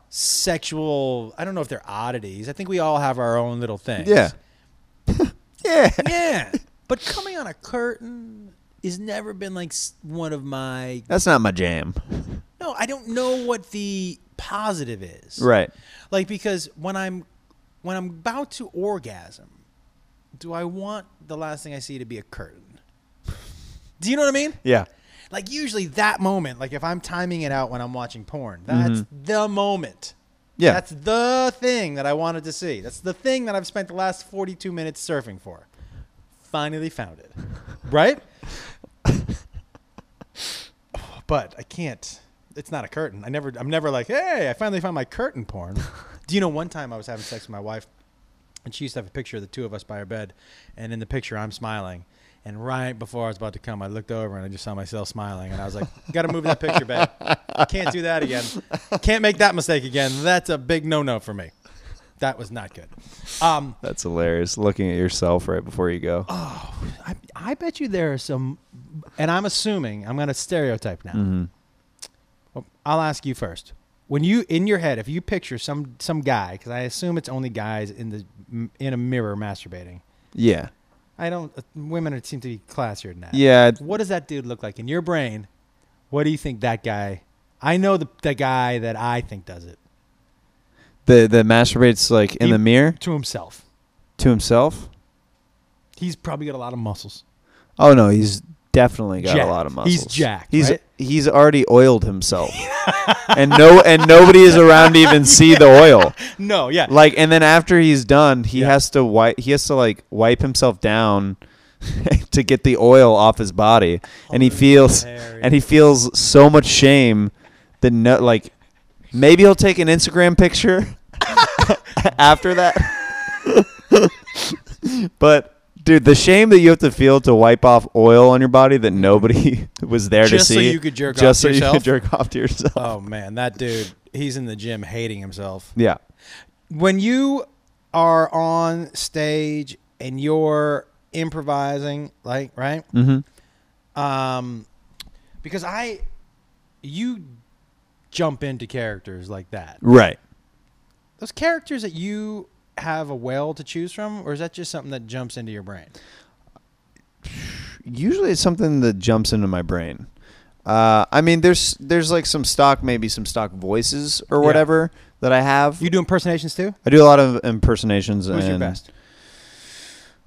sexual. I don't know if they're oddities. I think we all have our own little things. [laughs] yeah, [laughs] yeah, yeah. But coming on a curtain has never been like s- one of my That's not [laughs] my jam, No, I don't know what the positive is. right? Like because when I'm when I'm about to orgasm, do I want the last thing I see to be a curtain? Do you know what I mean? Yeah, Like usually that moment, like if I'm timing it out when I'm watching porn, that's the moment. yeah. That's the thing that I wanted to see. That's the thing that I've spent the last 42 minutes surfing for. Finally found it. Right? but I can't. It's not a curtain. I never I'm never like, "Hey, I finally found my curtain porn." Do you know one time I was having sex with my wife and she used to have a picture of the two of us by her bed, and in the picture I'm smiling. And right before I was about to come, I looked over and I just saw myself smiling, and I was like, "Got to move that picture back. Can't do that again. Can't make that mistake again. That's a big no-no for me. That was not good." Um, That's hilarious. Looking at yourself right before you go. I, I bet you there are some, and I'm assuming I'm going to stereotype now. Well, I'll ask you first. When you in your head, if you picture some some guy, because I assume it's only guys in the in a mirror masturbating. Yeah. I don't. Uh, women are, seem to be classier than that. Yeah. What does that dude look like in your brain? What do you think that guy? I know the the guy that I think does it. The the masturbates like in He- the mirror to himself. to himself. He's probably got a lot of muscles. Oh no, he's definitely got Jacked. a lot of muscles. He's jacked, He's right? he's already [laughs] oiled himself, and no and nobody is around to even see the oil. No, yeah. Like and then after he's done, he Yeah. has to wipe. He has to like wipe himself down [laughs] to get the oil off his body, Oh, and he feels hilarious. and he feels so much shame that no like maybe he'll take an Instagram picture [laughs] after that. [laughs] but dude, the shame that you have to feel to wipe off oil on your body that nobody [laughs] was there Just to so see, you could jerk just off so to you could yourself? jerk off to yourself. oh man, that dude, he's in the gym hating himself. Yeah. When you are on stage and you're improvising, like, right? Mm-hmm. Um because I you jump into characters like that. Right. Those characters that you have a whale to choose from, or is that just something that jumps into your brain? usually it's something that jumps into my brain. Uh, I mean, there's there's like some stock, maybe some stock voices or Yeah. whatever that I have. You do impersonations too? I do a lot of impersonations. Who's your and- best?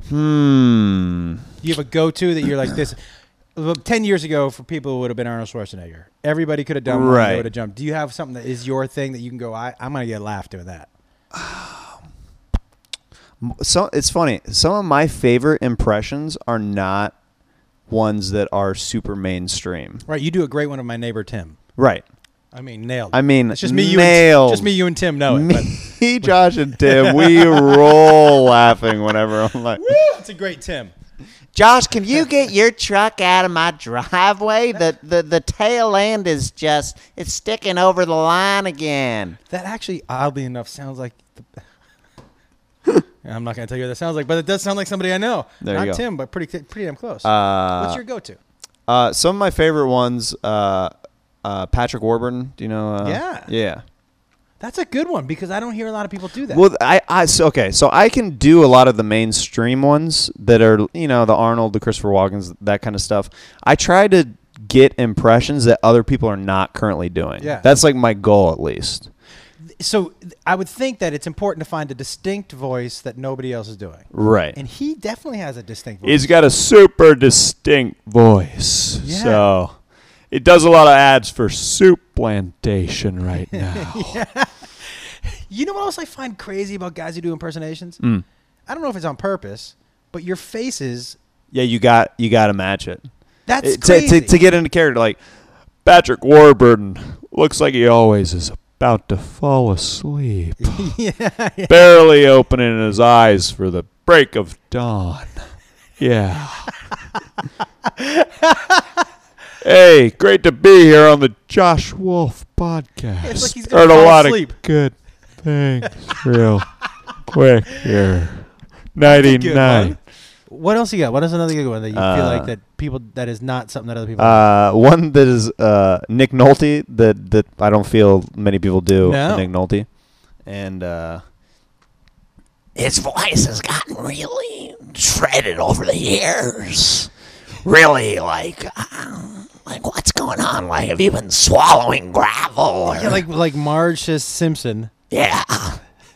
Hmm. Do you have a go to that you're like this? Well, Ten years ago, for people, it would have been Arnold Schwarzenegger. Everybody could have done one. Right. They would have jumped. Do you have something that is your thing that you can go? I, I'm gonna get laughed doing that. So it's funny. Some of my favorite impressions are not ones that are super mainstream. Right. You do a great one of my neighbor Tim. Right. I mean, nailed. it. I mean, it's just me, you, nailed. and, just me, you, and Tim know it. Oh, but Me, [laughs] Josh, and Tim, we roll laughing whenever I'm like, [laughs] it's a great Tim. Josh, [laughs] can you get your truck out of my driveway? The, the the tail end is just it's sticking over the line again. That actually, oddly enough, sounds like. The, [laughs] I'm not gonna tell you what that sounds like, but it does sound like somebody I know. There you Not go. Tim, but pretty pretty damn close. uh, What's your go to? Uh, some of my favorite ones, uh, uh, Patrick Warburton. Do you know? Uh, Yeah. Yeah. That's a good one because I don't hear a lot of people do that. Well, I, I, so, okay, so I can do a lot of the mainstream ones that are, you know, the Arnold, the Christopher Walken's, that kind of stuff. I try to get impressions that other people are not currently doing. Yeah. That's like my goal, at least. so th- I would think that it's important to find a distinct voice that nobody else is doing. Right. And he definitely has a distinct voice. [laughs] He's got a super distinct voice. Yeah. So it does a lot of ads for soup [laughs] plantation right now. you know what else I find crazy about guys who do impersonations? Hmm. I don't know if it's on purpose, but your faces yeah, you got you got to match it. that's It- Eh, to, crazy. to, [laughs] to get into character like Patrick Warburton looks like he always is about to fall asleep, [laughs] yeah, yeah. barely opening his eyes for the break of dawn. Yeah. hey, great to be here on the Josh Wolf podcast. It's like he's gonna Heard a fall lot asleep. of good things real [laughs] quick here. Nighty Good night. one. What else you got? What is another good one that you feel Uh, like that people that is not something that other people Uh, one that is uh, Nick Nolte that that I don't feel many people do. No. Nick Nolte, [laughs] and uh, His voice has gotten really shredded over the years. Really, like, uh, like what's going on? Like, have you been swallowing gravel? Or, uh, yeah, like like Marge says Simpson. yeah,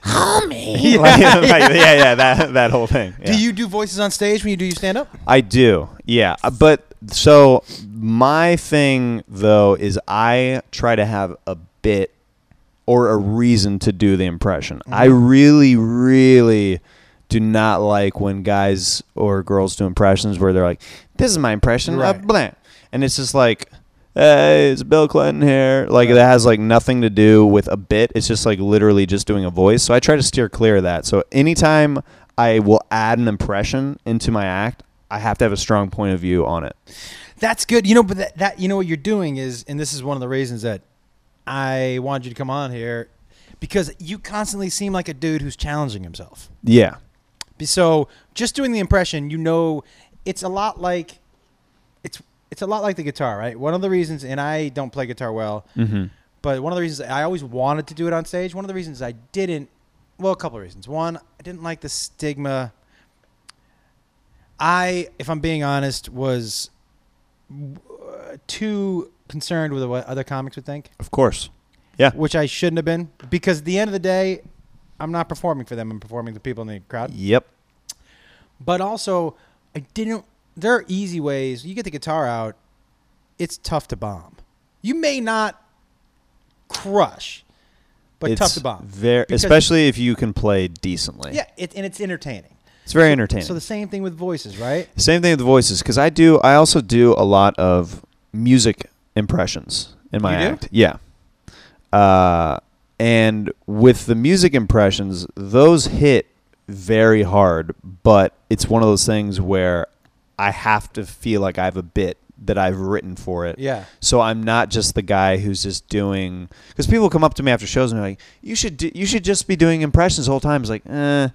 homie. [laughs] like- yeah, yeah, that that whole thing. Do yeah. you do voices on stage when you do your stand up? I do, yeah. Uh, But so my thing though is I try to have a bit or a reason to do the impression. I really, really do not like when guys or girls do impressions where they're like, "This is my impression," uh, Right. blah. and it's just like. Hey, it's Bill Clinton here. Like that has like nothing to do with a bit. It's just like literally just doing a voice. So I try to steer clear of that. So anytime I will add an impression into my act, I have to have a strong point of view on it. That's good. You know, but that, that you know what you're doing is, and this is one of the reasons that I wanted you to come on here, because you constantly seem like a dude who's challenging himself. Yeah. Be- So just doing the impression, you know, it's a lot like, it's it's a lot like the guitar, right? One of the reasons, and I don't play guitar well, but one of the reasons I always wanted to do it on stage. One of the reasons I didn't, well, a couple of reasons. One, I didn't like the stigma. I, if I'm being honest, was uh, too concerned with what other comics would think Of course. Yeah. which I shouldn't have been because at the end of the day, I'm not performing for them. I'm performing to people in the crowd. Yep. But also, I didn't. There are easy ways. You get the guitar out. It's tough to bomb. You may not crush, but it's tough to bomb. Very, Because- especially if you can play decently. yeah, it, and it's entertaining. It's very entertaining. So the same thing with voices, right? Same thing with the voices, because I do. I also do a lot of music impressions in my You do? act. Yeah. Uh, and with the music impressions, those hit very hard, but it's one of those things where I have to feel like I have a bit that I've written for it. Yeah. So I'm not just the guy who's just doing because people come up to me after shows and they're like, "You should do, you should just be doing impressions the whole time." It's like, eh,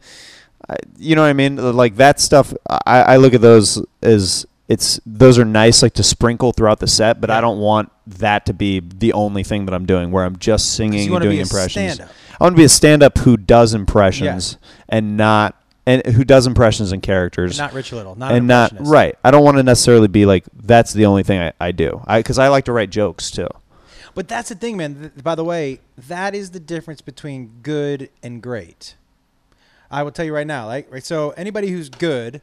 I, you know what I mean? Like that stuff. I, I look at those as it's those are nice like to sprinkle throughout the set, but Yeah. I don't want that to be the only thing that I'm doing where I'm just singing you and wanna doing be a impressions. stand-up. I want to be a stand-up who does impressions and not and who does impressions and characters Not Rich Little. Not and an not impressionist. right. I don't want to necessarily be like that's the only thing I, I do. I because I like to write jokes too. But that's the thing, man. Th- by the way, that is the difference between good and great. I will tell you right now, like right. So anybody who's good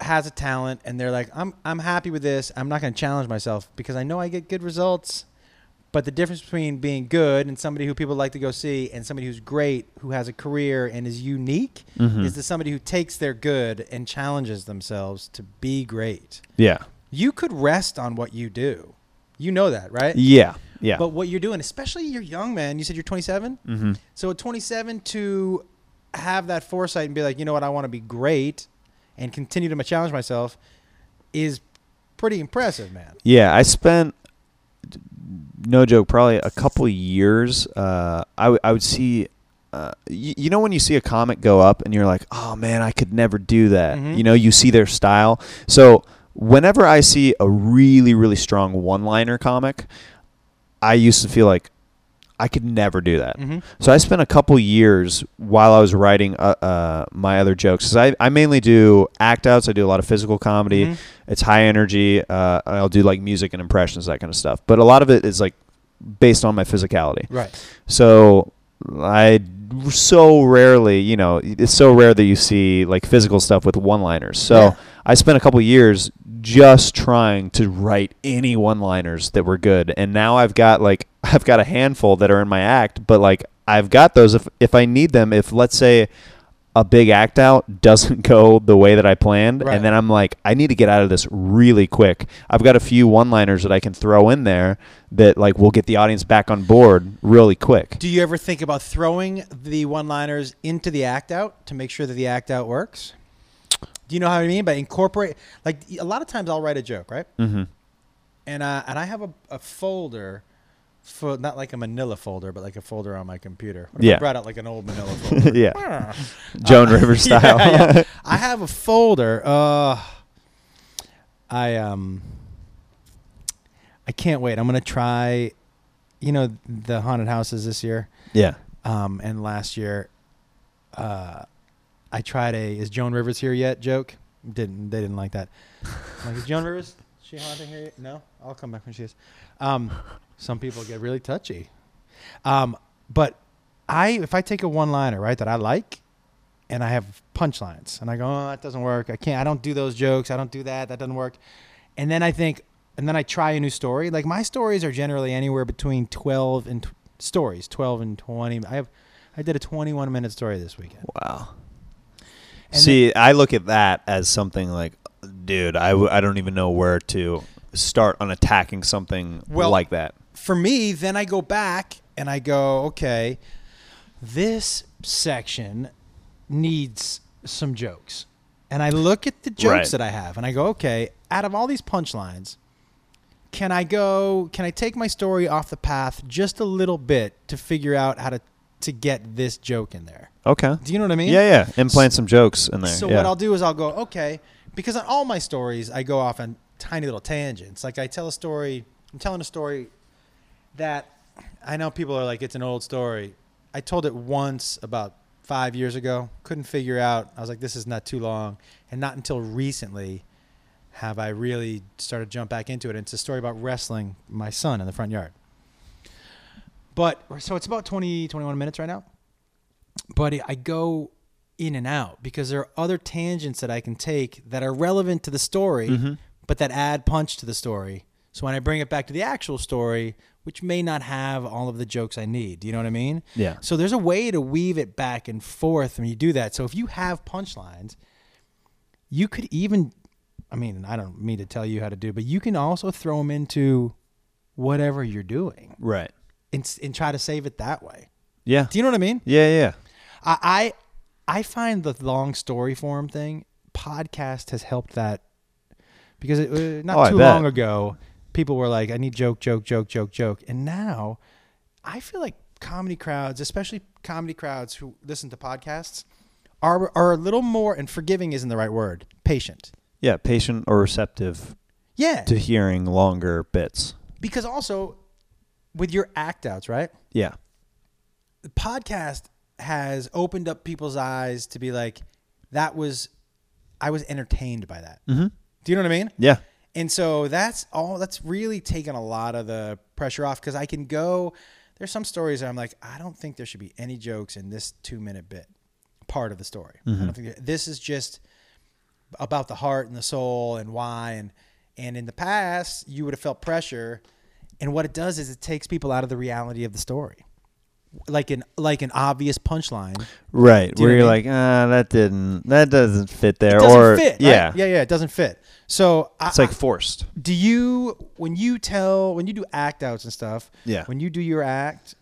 has a talent, and they're like, I'm I'm happy with this. I'm not going to challenge myself because I know I get good results. But the difference between being good and somebody who people like to go see, and somebody who's great, who has a career and is unique, is to somebody who takes their good and challenges themselves to be great. Yeah. You could rest on what you do. You know that, right? Yeah. Yeah. But what you're doing, especially you're young, man. You said you're 27. Mm-hmm. So at 27, to have that foresight and be like, you know what, I want to be great, and continue to challenge myself, is pretty impressive, man. yeah. I spent no joke probably a couple years. Uh, I w- I would see. Uh, y- you know when you see a comic go up and you're like, oh man, I could never do that. Mhm. You know, you see their style. So whenever I see a really really strong one-liner comic, I used to feel like I could never do that. Mhm. So I spent a couple years while I was writing uh, uh, my other jokes. 'Cause I, I mainly do act outs. I do a lot of physical comedy. Mhm. It's high energy. Uh, I'll do like music and impressions, that kind of stuff. But a lot of it is like based on my physicality. Right. So I so rarely, you know, it's so rare that you see like physical stuff with one-liners. So Yeah. I spent a couple years just trying to write any one-liners that were good, and now I've got like [laughs] I've got a handful that are in my act, but like I've got those if if I need them. If let's say a big act out doesn't [laughs] go the way that I planned, Right. and then I'm like, I need to get out of this really quick. I've got a few one-liners that I can throw in there that like will get the audience back on board really quick. Do you ever think about throwing the one-liners into the act out to make sure that the act out works? Do you know how I mean? But incorporate, like a lot of times, I'll write a joke, right? Mm-hmm. [laughs] and uh, and I have a, a folder for not like a Manila folder, but like a folder on my computer. What if I Yeah. brought out like an old Manila folder. yeah, Joan [laughs] Rivers Yeah, style. [laughs] yeah. I have a folder. Uh, I um, I can't wait. I'm gonna try. You know the haunted houses this year, yeah. um, and last year. Uh, I tried a "Is Joan Rivers here yet?" joke. Didn't they didn't like that. I'm like, is Joan Rivers? Is she haunting here? yet?" No, I'll come back when she is. Um, some people get really touchy. Um, but I, if I take a one-liner, right, that I like, and I have punchlines, and I go, oh, that doesn't work. I can't. I don't do those jokes. I don't do that. That doesn't work. And then I think, and then I try a new story. Like my stories are generally anywhere between twelve and t- stories, twelve and twenty. I have, I did a twenty-one minute story this weekend. Wow. And See, I look at that as something like, dude, I, w- I don't even know where to start on attacking something Well- like that. for me, then I go back and I go, okay, this section needs some jokes. And I look at the jokes Right. that I have and I go, okay, out of all these punchlines, can I go, can I take my story off the path just a little bit to figure out how to, to get this joke in there? Okay. Do you know what I mean? Yeah, yeah. Implant some jokes in there. So yeah. what I'll do is I'll go okay because on all my stories I go off on tiny little tangents. Like I tell a story, I'm telling a story that I know people are like it's an old story. I told it once about 5 years ago, couldn't figure out. I was like this is not too long and not until recently have I really started to jump back into it. And it's a story about wrestling my son in the front yard. But so it's about 20 21 minutes right now. but I go in and out because there are other tangents that I can take that are relevant to the story, but that add punch to the story. So when I bring it back to the actual story, which may not have all of the jokes I need, do you know what I mean? Yeah. So there's a way to weave it back and forth when you do that. So if you have punchlines, you could even, I mean, I don't mean to tell you how to do, but you can also throw them into whatever you're doing Right. and, s- and try to save it that way. Yeah. Do you know what I mean? yeah. Yeah. I I I find the long story form thing podcast has helped that because it, uh, Oh, not I too bet. long ago people were like I need joke joke joke joke joke and now I feel like comedy crowds especially comedy crowds who listen to podcasts are are a little more and forgiving isn't the right word patient Yeah. Patient or receptive yeah to hearing longer bits. because also with your act outs right Yeah. the podcast has opened up people's eyes to be like, that was, I was entertained by that. Mm-hmm. Do you know what I mean? Yeah. And so that's all. That's really taken a lot of the pressure off because I can go. There's some stories that I'm like, I don't think there should be any jokes in this two minute bit part of the story. Mm-hmm. I don't think there- this is just about the heart and the soul and why and and in the past you would have felt pressure and what it does is it takes people out of the reality of the story like an like an obvious punchline Right. you where know you're what I like, ah, that didn't, that doesn't fit there. doesn't or fit right? yeah. yeah yeah it doesn't fit so It's I, like forced. do you when you tell when you do act outs and stuff Yeah. when you do your act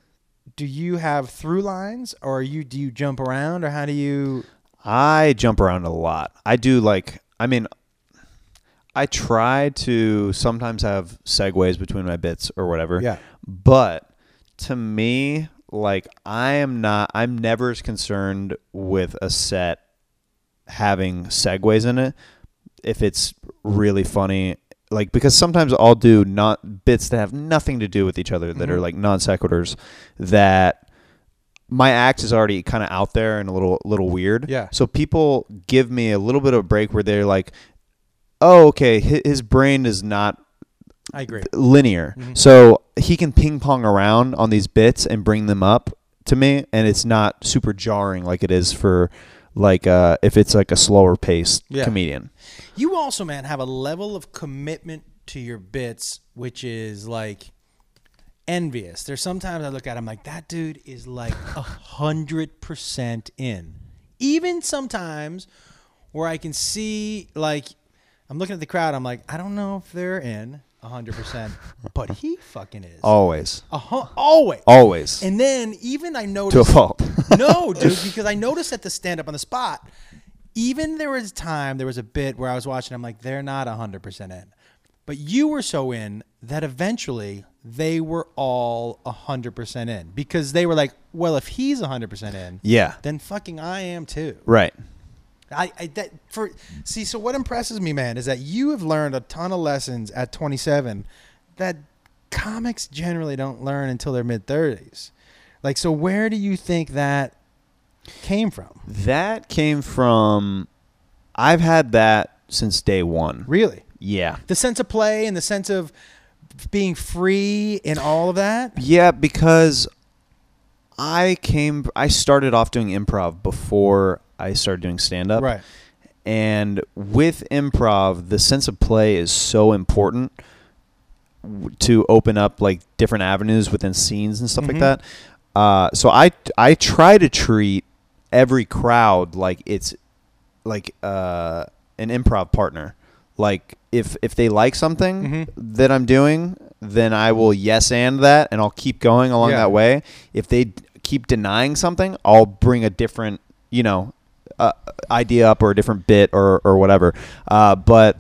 do you have through lines or are you do you jump around or how do you I jump around a lot. I do like I mean I try to sometimes have segues between my bits or whatever. Yeah. But to me, like I am not I'm never as concerned with a set having segues in it if it's really funny like because sometimes I'll do not bits that have nothing to do with each other that Mm-hmm. are like non sequiturs that my act is already kind of out there and a little little weird. Yeah. So people give me a little bit of a break where they're like, "Oh, okay, hi- his brain is not i agree linear. Mm-hmm. So he can ping pong around on these bits and bring them up to me, and it's not super jarring like it is for like uh, if it's like a slower paced Yeah. comedian. You also, man, have a level of commitment to your bits, which is like envious. There's sometimes I look at him like that dude is like a hundred percent in. Even sometimes where I can see like I'm looking at the crowd, I'm like, I don't know if they're in a hundred percent, but he fucking is. Oh. Always, A hun- always. always And then even I noticed [laughs] to a fault. no, dude, because I noticed at the stand up on the spot, even there was time, there was a bit where I was watching, I'm like, they're not 100% in. But you were so in that eventually they were all 100% in because they were like, well, if he's 100% in, yeah. then fucking I am too. Right. I, I that for see so what impresses me man is that you have learned a ton of lessons at 27 that comics generally don't learn until their mid 30s like so where do you think that came from That came from. I've had that since day one. really Yeah. the sense of play and the sense of being free and all of that Yeah, because I came I started off doing improv before I started doing stand up. Right. And with improv, the sense of play is so important w- to open up like different avenues within scenes and stuff like that. Uh, so I I try to treat every crowd like it's like uh, an improv partner. Like if if they like something that I'm doing, then I will yes and that, and I'll keep going along Yeah. that way. If they d- keep denying something, I'll bring a different you know uh, idea up or a different bit or or whatever. Uh, but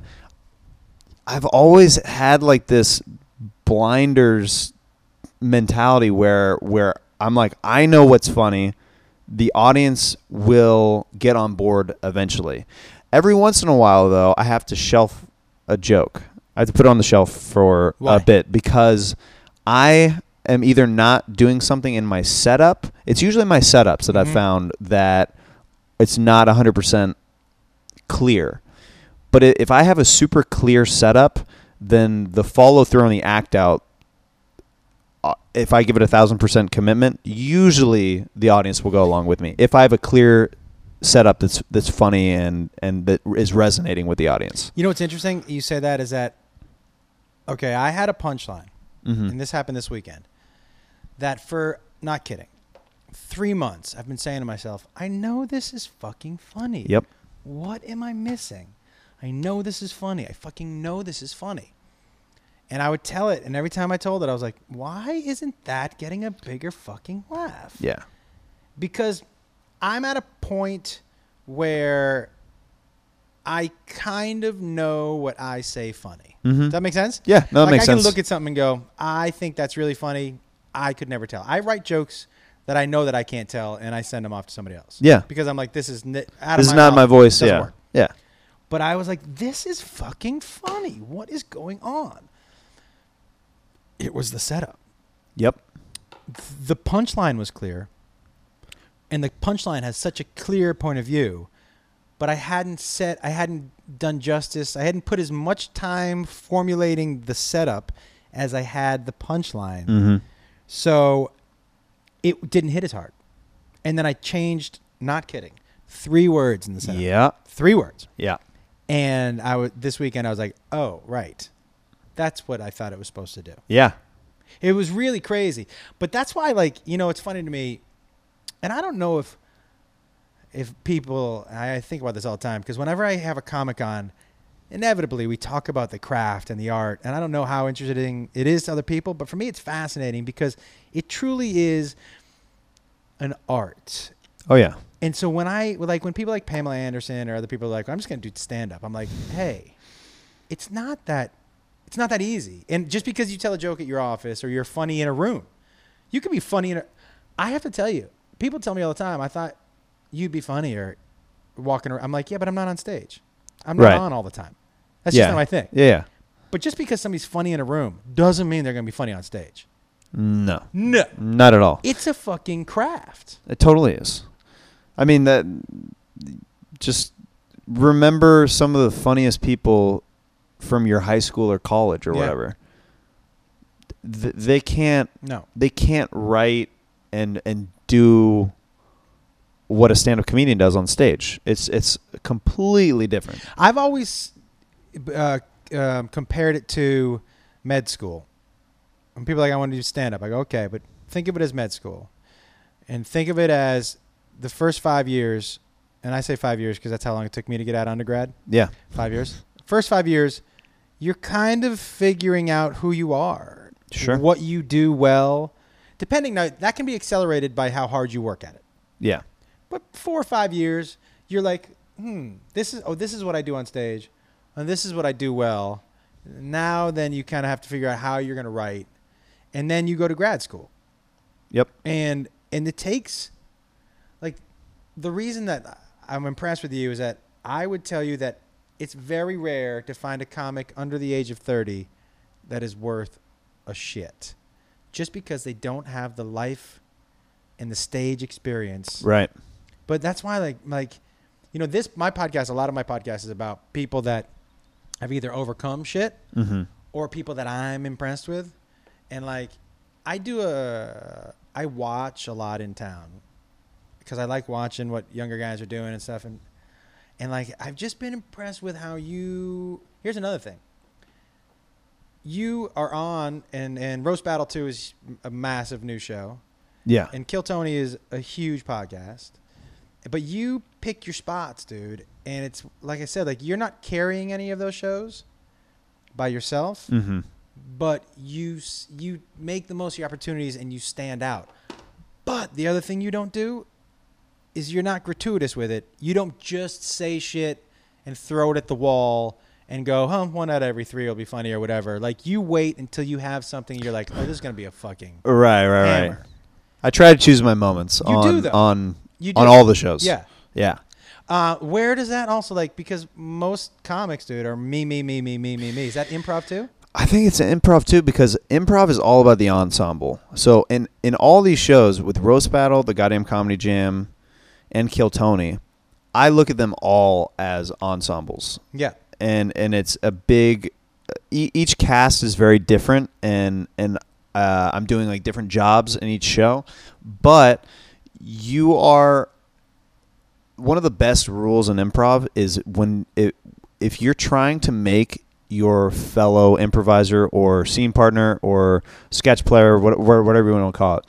I've always had like this blinders mentality where where I'm like I know what's funny. The audience will get on board eventually. Every once in a while though, I have to shelf a joke. I have to put it on the shelf for Why? a bit because I am either not doing something in my setup. It's usually my setups that I've found that it's not 100% clear. But i- if I have a super clear setup, then the follow through on the act out uh, if I give it a thousand percent commitment, usually the audience will go along with me. If I have a clear setup that's that's funny and and that is resonating with the audience. You know what's interesting? You say that is that okay? I had a punchline, Mhm. and this happened this weekend. That for not kidding, three months I've been saying to myself, I know this is fucking funny. Yep. What am I missing? I know this is funny. I fucking know this is funny. And I would tell it, and every time I told it, I was like, why isn't that getting a bigger fucking laugh? Yeah. because I'm at a point where I kind of know what I say funny. Does that make sense? Mm-hmm. Yeah, no, that like makes I sense. can look at something and go, I think that's really funny. I could never tell. I write jokes that I know that I can't tell, and I send them off to somebody else. Yeah. because I'm like, this is n- out This of is my not mouth. my voice. Doesn't Yeah. work. Yeah. But I was like, this is fucking funny. What is going on? It was the setup Yep. the punchline was clear, and the punchline has such a clear point of view, but I hadn't set, I hadn't done justice, I hadn't put as much time formulating the setup as I had the punchline, so it didn't hit as hard. And then I changed, not kidding, three words in the setup. Yeah. three words. Yeah. And I was this weekend. I was like, oh right, that's what I thought it was supposed to do. Yeah. It was really crazy. But that's why, like, you know, it's funny to me, and I don't know if if people I I think about this all the time because whenever I have a comic on, inevitably we talk about the craft and the art, and I don't know how interesting it is to other people, but for me it's fascinating because it truly is an art. Oh yeah. And so when I like when people like Pamela Anderson or other people are like, I'm just gonna do stand up. I'm like, hey, it's not that it's not that easy. And just because you tell a joke at your office or you're funny in a room, you could be funny in a I have to tell you, people tell me all the time, I thought you'd be funnier walking around. I'm like, yeah, but I'm not on stage. I'm not Right. on all the time. That's yeah. just not my thing. Yeah. yeah. But just because somebody's funny in a room doesn't mean they're gonna be funny on stage. No. No. Not at all. It's a fucking craft. It totally is. I mean that. Just remember some of the funniest people from your high school or college or Yeah. whatever. Th- they can't. No. They can't write and and do what a stand-up comedian does on stage. It's it's completely different. I've always uh, um, compared it to med school. When people are like, I want to do stand up, I go, okay, but think of it as med school. And think of it as the first five years, and I say five years because that's how long it took me to get out of undergrad Yeah. five years. First five years, you're kind of figuring out who you are, Sure. what you do well. Depending, now, that can be accelerated by how hard you work at it Yeah. but four or five years, you're like, hmm, this is oh, this is what I do on stage, and this is what I do well. Now, then you kind of have to figure out how you're going to write, and then you go to grad school, Yep. and and it takes, like, the reason that I'm impressed with you is that I would tell you that it's very rare to find a comic under the age of 30 that is worth a shit, just because they don't have the life and the stage experience Right. but that's why like like you know this my podcast a lot of my podcast is about people that have either overcome shit Mm-hmm. or people that i'm impressed with and like i do a i watch a lot in town because i like watching what younger guys are doing and stuff and and like i've just been impressed with how you here's another thing you are on and and roast battle 2 is a massive new show Yeah. and Kill Tony is a huge podcast. But you pick your spots, dude. And it's like I said, like you're not carrying any of those shows by yourself, mm-hmm. but you s- you make the most of your opportunities and you stand out. But the other thing you don't do is you're not gratuitous with it. You don't just say shit and throw it at the wall and go, huh, one out of every three will be funny or whatever. Like you wait until you have something you're like, oh, this is gonna be a fucking Right. Right. Right. hammer. I try to choose my moments You on do, though. on You on do. all the shows. Yeah. Yeah. Uh, where does that also like because most comics, dude, are me, me, me, me, me, me, me. Is that improv too? I think it's an improv too because improv is all about the ensemble. So in in all these shows with Roast Battle, the Goddamn Comedy Jam, and Kill Tony, I look at them all as ensembles. Yeah. and and it's a big e- each cast is very different and and uh, I'm doing like different jobs in each show, but you are one of the best rules in improv is when it, if you're trying to make your fellow improviser or scene partner or sketch player, what- wha- whatever you want to call it,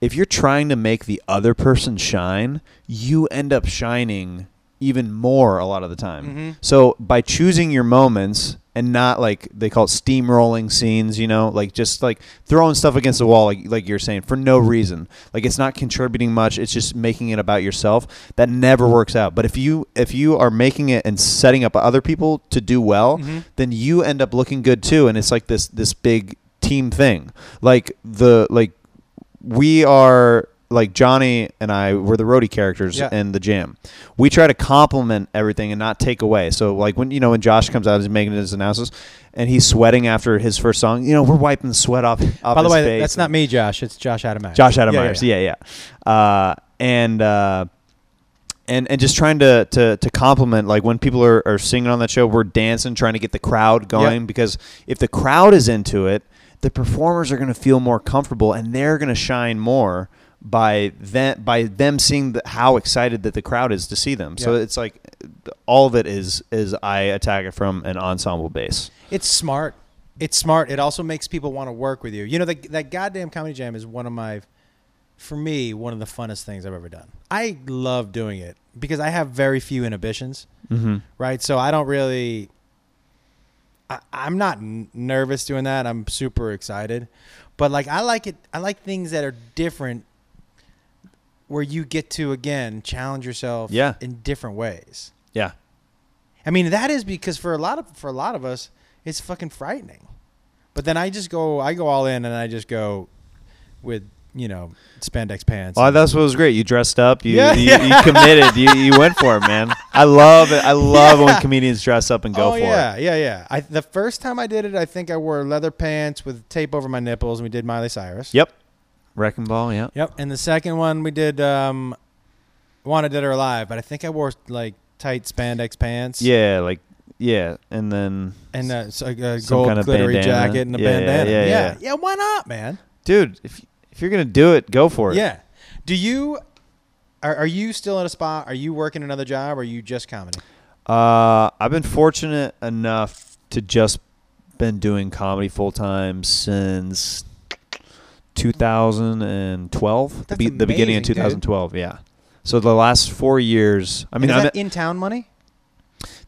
if you're trying to make the other person shine, you end up shining even more a lot of the time. So by choosing your moments and not like they call it steamrolling scenes, you know, like just like throwing stuff against the wall, like like you're saying, for no reason. Like it's not contributing much. It's just making it about yourself. That never works out. But if you if you are making it and setting up other people to do well, then you end up looking good too. And it's like this this big team thing. Like the like we are like Johnny and I were the roadie characters Yeah. in the jam. We try to complement everything and not take away. So like when you know when Josh comes out, he's making his announcements, and he's sweating after his first song. You know we're wiping the sweat off. off By the his way, face that's not me, Josh. It's Josh Adameyers. Josh Adam Myers. Yeah, yeah. Uh, and uh, and and just trying to to to compliment like when people are, are singing on that show, we're dancing, trying to get the crowd going because if the crowd is into it, the performers are going to feel more comfortable and they're going to shine more by them by them seeing the, how excited that the crowd is to see them. So Yeah. it's like all of it is is I attack it from an ensemble base. It's smart. It's smart. It also makes people want to work with you. You know, the, that goddamn comedy jam is one of my, for me, one of the funnest things I've ever done. I love doing it because I have very few inhibitions, mm-hmm. right? So I don't really, I, I'm not n- nervous doing that. I'm super excited, but like I like it. I like things that are different, where you get to again challenge yourself, Yeah. in different ways. Yeah. I mean, that is because for a lot of for a lot of us, it's fucking frightening. But then I just go, I go all in, and I just go with you know spandex pants. Well, that's what was great. You dressed up. You Yeah. you, you committed. You, you went for it, man. I love it. I love when comedians dress up and go oh for yeah, it. yeah, yeah. I, the first time I did it, I think I wore leather pants with tape over my nipples, and we did Miley Cyrus. Yep. Wrecking ball. Yeah. Yep. And the second one we did, um, Wanted Dead or Alive, but I think I wore like tight spandex pants. Yeah. Like yeah. And then, And uh, so- a Some gold kind of glittery bandana. jacket and a Yeah, yeah, bandana. yeah, yeah, yeah. yeah. Why not, man? dude, if if you're gonna do it, go for it. Yeah. Do you are, are you still in a spot? Are you working another job? Or are you just comedy? Uh, I've been fortunate enough to just been doing comedy full time since 2012. The, That's be- the amazing, beginning of dude. 2012. Yeah. So the last four years. I mean, is I'm that in town money?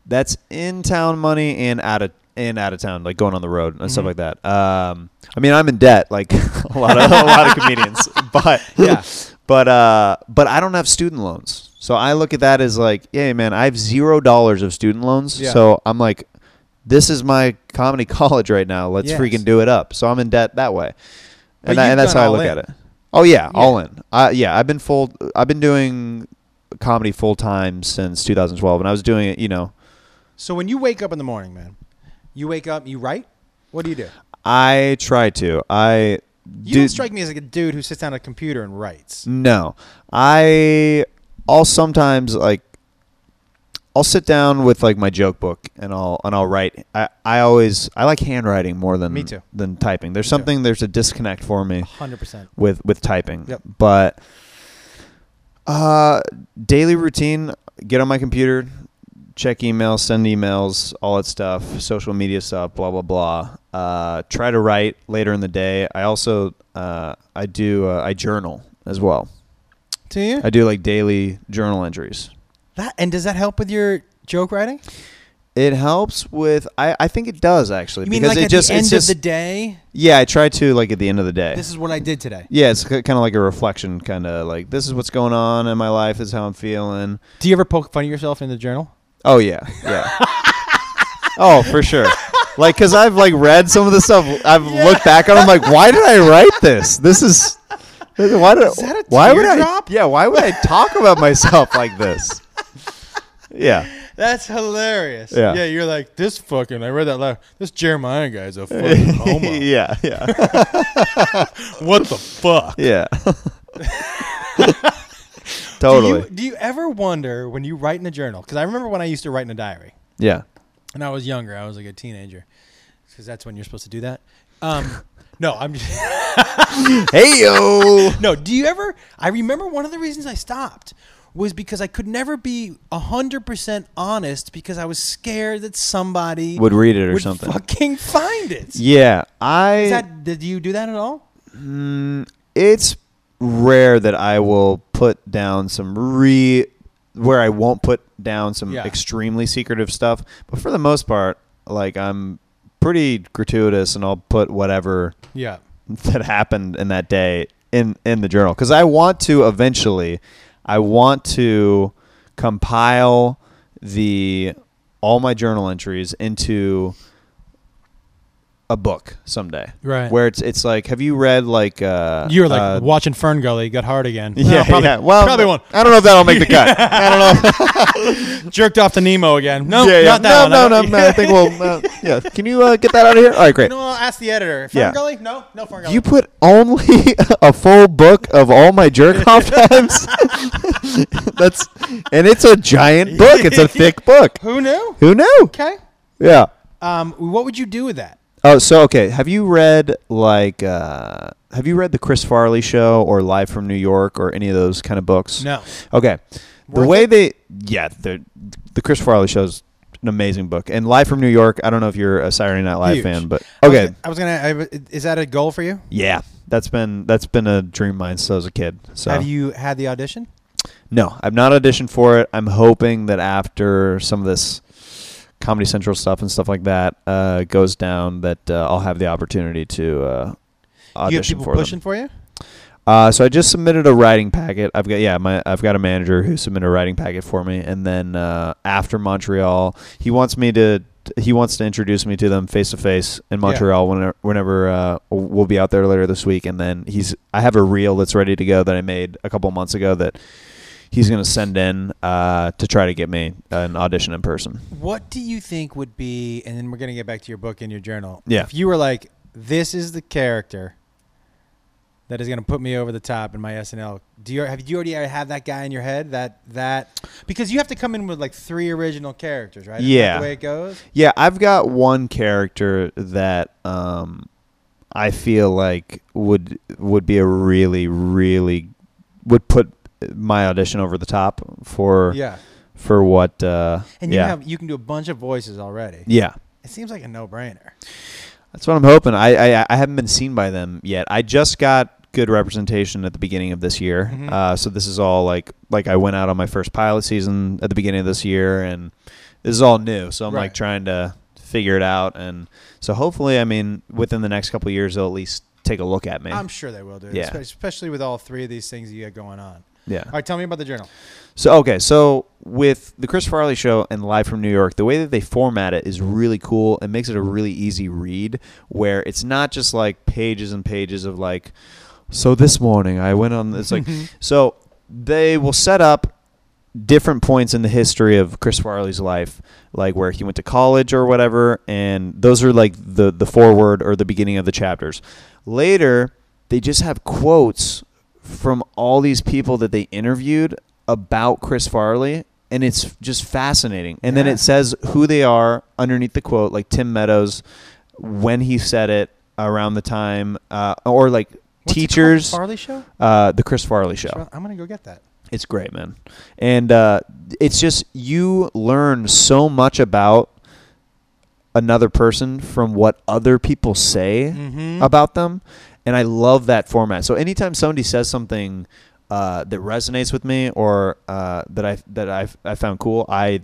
that's in town money and out of and out of town, like going on the road and stuff Mm-hmm. like that. Um, I mean, I'm in debt, like [laughs] a lot of a lot of [laughs] comedians, but Yeah. but uh, but I don't have student loans, so I look at that as like, hey man, I have zero dollars of student loans, Yeah. so I'm like, this is my comedy [laughs] college right now. Let's Yes. freaking do it up. So I'm in debt that way, But and, I, you've and that's done how I all look in. at it. Oh yeah, Yeah. all in. I, yeah, I've been full. I've been doing comedy full time since 2012, and I was doing it, you know. So when you wake up in the morning, man, you wake up, you write. What do you do? I try to. I You do, don't strike me as like a dude who sits down at a computer and writes. No, I. I'll sometimes like. I'll sit down with like my joke book and I'll and I'll write. I, I always I like handwriting more than Me too. than typing. There's something there's a disconnect for me Hundred percent. with with typing. Yep. But uh, daily routine: get on my computer, check emails, send emails, all that stuff, social media stuff, blah blah blah. Uh, try to write later in the day. I also uh, I do uh, I journal as well. Do you? I do like daily journal entries. that and does that help with your joke writing? It helps with I, I think it does actually You mean because like it at just the end it's just of the day? yeah I try to like at the end of the day. This is what I did today. yeah, it's kind of like a reflection, kind of like this is what's going on in my life. This is how I'm feeling. Do you ever poke fun of yourself in the journal? Oh yeah, yeah. oh, for sure. Like, cause I've like read some of the stuff. I've looked back on. I'm like, why did I write this? This is. this- Why did? that a why would I? teardrop? Yeah. Why would I talk about myself like this? Yeah. That's hilarious. Yeah. yeah, you're like this fucking. I read that loud. This Jeremiah guy's a [laughs] fucking homo. yeah. Yeah. What the fuck? Yeah. Do totally. you, do you ever wonder when you write in a journal? Because I remember when I used to write in a diary, yeah. and I was younger. I was like a teenager, because that's when you're supposed to do that. [laughs] Um, no, I'm just, [laughs] hey yo. no. Do you ever? I remember one of the reasons I stopped was because I could never be hundred percent honest because I was scared that somebody Would read it or something. Fucking find it. Yeah, I. Is that did you do that at all? it's rare that I will put down some re where I won't put down some Yeah. extremely secretive stuff. But for the most part, like I'm pretty gratuitous and I'll put whatever [laughs] Yeah. that happened in that day in in the journal because I want to eventually, I want to compile the all my journal entries into a book someday. Right. Where it's it's like, have you read like uh, You were like uh, watching Fern Gully got hard again. [laughs] yeah, No, probably, yeah. Well, probably won't. I don't know if that'll make the cut. I don't know. if- Jerked off to Nemo again. [laughs] No, yeah, yeah. not that no, one. [laughs] no, no, no. I think we'll. Uh, yeah. Can you uh, get that out of here? All right, great. You know, I'll ask the editor. Fern Yeah. Gully? No, no Fern Gully. You put only [laughs] a full book of all my [laughs] jerk off times. [laughs] That's and it's a giant book. It's a [laughs] thick book. Who knew? Who knew? Okay. Yeah. Um, what would you do with that? Oh, so okay. Have you read like uh, have you read the Chris Farley show or Live from New York or any of those kind of books? No. Okay. The Worth way they yeah, the the Chris Farley show's an amazing book. And Live from New York, I don't know if you're a Saturday Night Live Huge. fan, but I was okay. gonna- I was gonna. I w- is that a goal for you? Yeah. That's been that's been a dream of mine since I was a kid. So Have you had the audition? No, I've not auditioned for it. I'm hoping that after some of this Comedy Central stuff and stuff like that uh, goes down, that uh, I'll have the opportunity to uh, you have audition people for pushing them. for you. Uh, so I just submitted a writing packet. I've got yeah, my I've got a manager who submitted a writing packet for me, and then uh, after Montreal, he wants me to he wants to introduce me to them face to face in Montreal whenever whenever uh, we'll be out there later this week, and then he's I have a reel that's ready to go that I made a couple months ago that he's going to send in uh, to try to get me an audition in person. What do you think would be? And then we're gonna get back to your book and your journal. Yeah. If you were like, this is the character that is gonna put me over the top in my SNL. Do you have you already have that guy in your head? That that because you have to come in with like three original characters, right? Isn't that Yeah. the way it goes. Yeah, I've got one character that um, I feel like would would be a really really would put my audition over the top for Yeah. for what uh, And you yeah have you can do a bunch of voices already. yeah It seems like a no brainer. that's what I'm hoping. I, I I haven't been seen by them yet. I just got good representation at the beginning of this year. Mhm. Uh, so this is all like like I went out on my first pilot season at the beginning of this year, and this is all new. So I'm Right. like trying to figure it out, and so hopefully, I mean, within the next couple of years, they'll at least take a look at me. I'm sure they will do, Yeah. yeah. especially with all three of these things you got going on. yeah. All right, tell me about the journal. So okay, so with the Chris Farley show and Live from New York, the way that they format it is really cool and makes it a really easy read where it's not just like pages and pages of like so this morning I went on this like so they will set up different points in the history of Chris Farley's life, like where he went to college or whatever, and those are like the the foreword or the beginning of the chapters. Later, they just have quotes from all these people that they interviewed about Chris Farley, and it's just fascinating. And then Yeah. it says who they are underneath the quote, like Tim Meadows, when he said it, around the time, uh, or like What's it called? teachers, Farley show. uh, the Chris Farley show. Sure, I'm gonna go get that. It's great, man. And uh, it's just you learn so much about another person from what other people say Mhm. about them, and I love that format. So anytime somebody says something uh, that resonates with me or uh, that I that I I found cool, I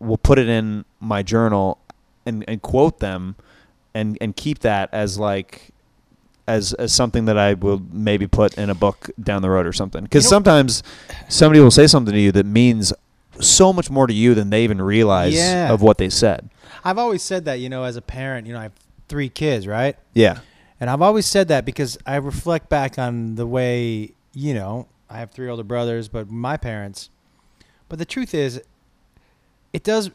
will put it in my journal and, and quote them and and keep that as like as as something that I will maybe put in a book down the road or something. Because You know- sometimes somebody will say something to you that means so much more to you than they even realize Yeah. of what they said. I've always said that, you know, as a parent, you know, I have three kids, right? Yeah. And I've always said that because I reflect back on the way, you know, I have three older brothers, but my parents. But the truth is, it does,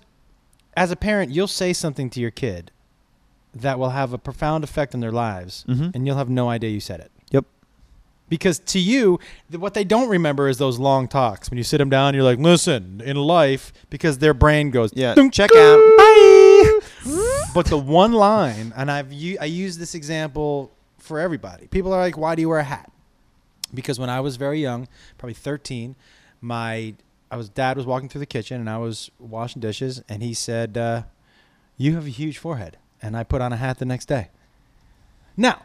as a parent, you'll say something to your kid that will have a profound effect on their lives, Mhm. and you'll have no idea you said it. Yep. Because to you, th- what they don't remember is those long talks. When you sit them down, you're like, listen, in life, because their brain goes, Yeah. "Dunk, Check out. Bye. [laughs] but the one line, and I've u- I use this example for everybody. People are like, "Why do you wear a hat?" Because when I was very young, probably thirteen, my I was dad was walking through the kitchen and I was washing dishes, and he said, uh, "You have a huge forehead," and I put on a hat the next day. Now,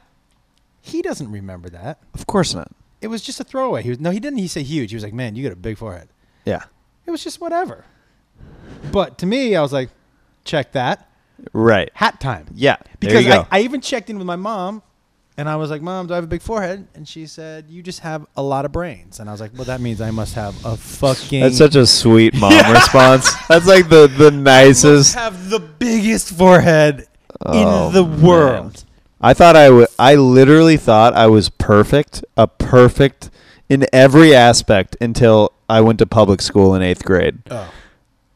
he doesn't remember that. Of course not. It was just a throwaway. He was no, he didn't. He say huge. He was like, "Man, you got a big forehead." Yeah. It was just whatever. But to me, I was like, check that. Right. Hat time. Yeah. there Because you go. I, I even checked in with my mom and I was like, Mom, do I have a big forehead? And she said, You just have a lot of brains. And I was like, Well, that means I must have a fucking. That's such a sweet mom response. [laughs] That's like the the nicest. have the biggest forehead Oh, in the man. world. I thought I would. I literally thought I was perfect, a perfect in every aspect until I went to public school in eighth grade, Oh.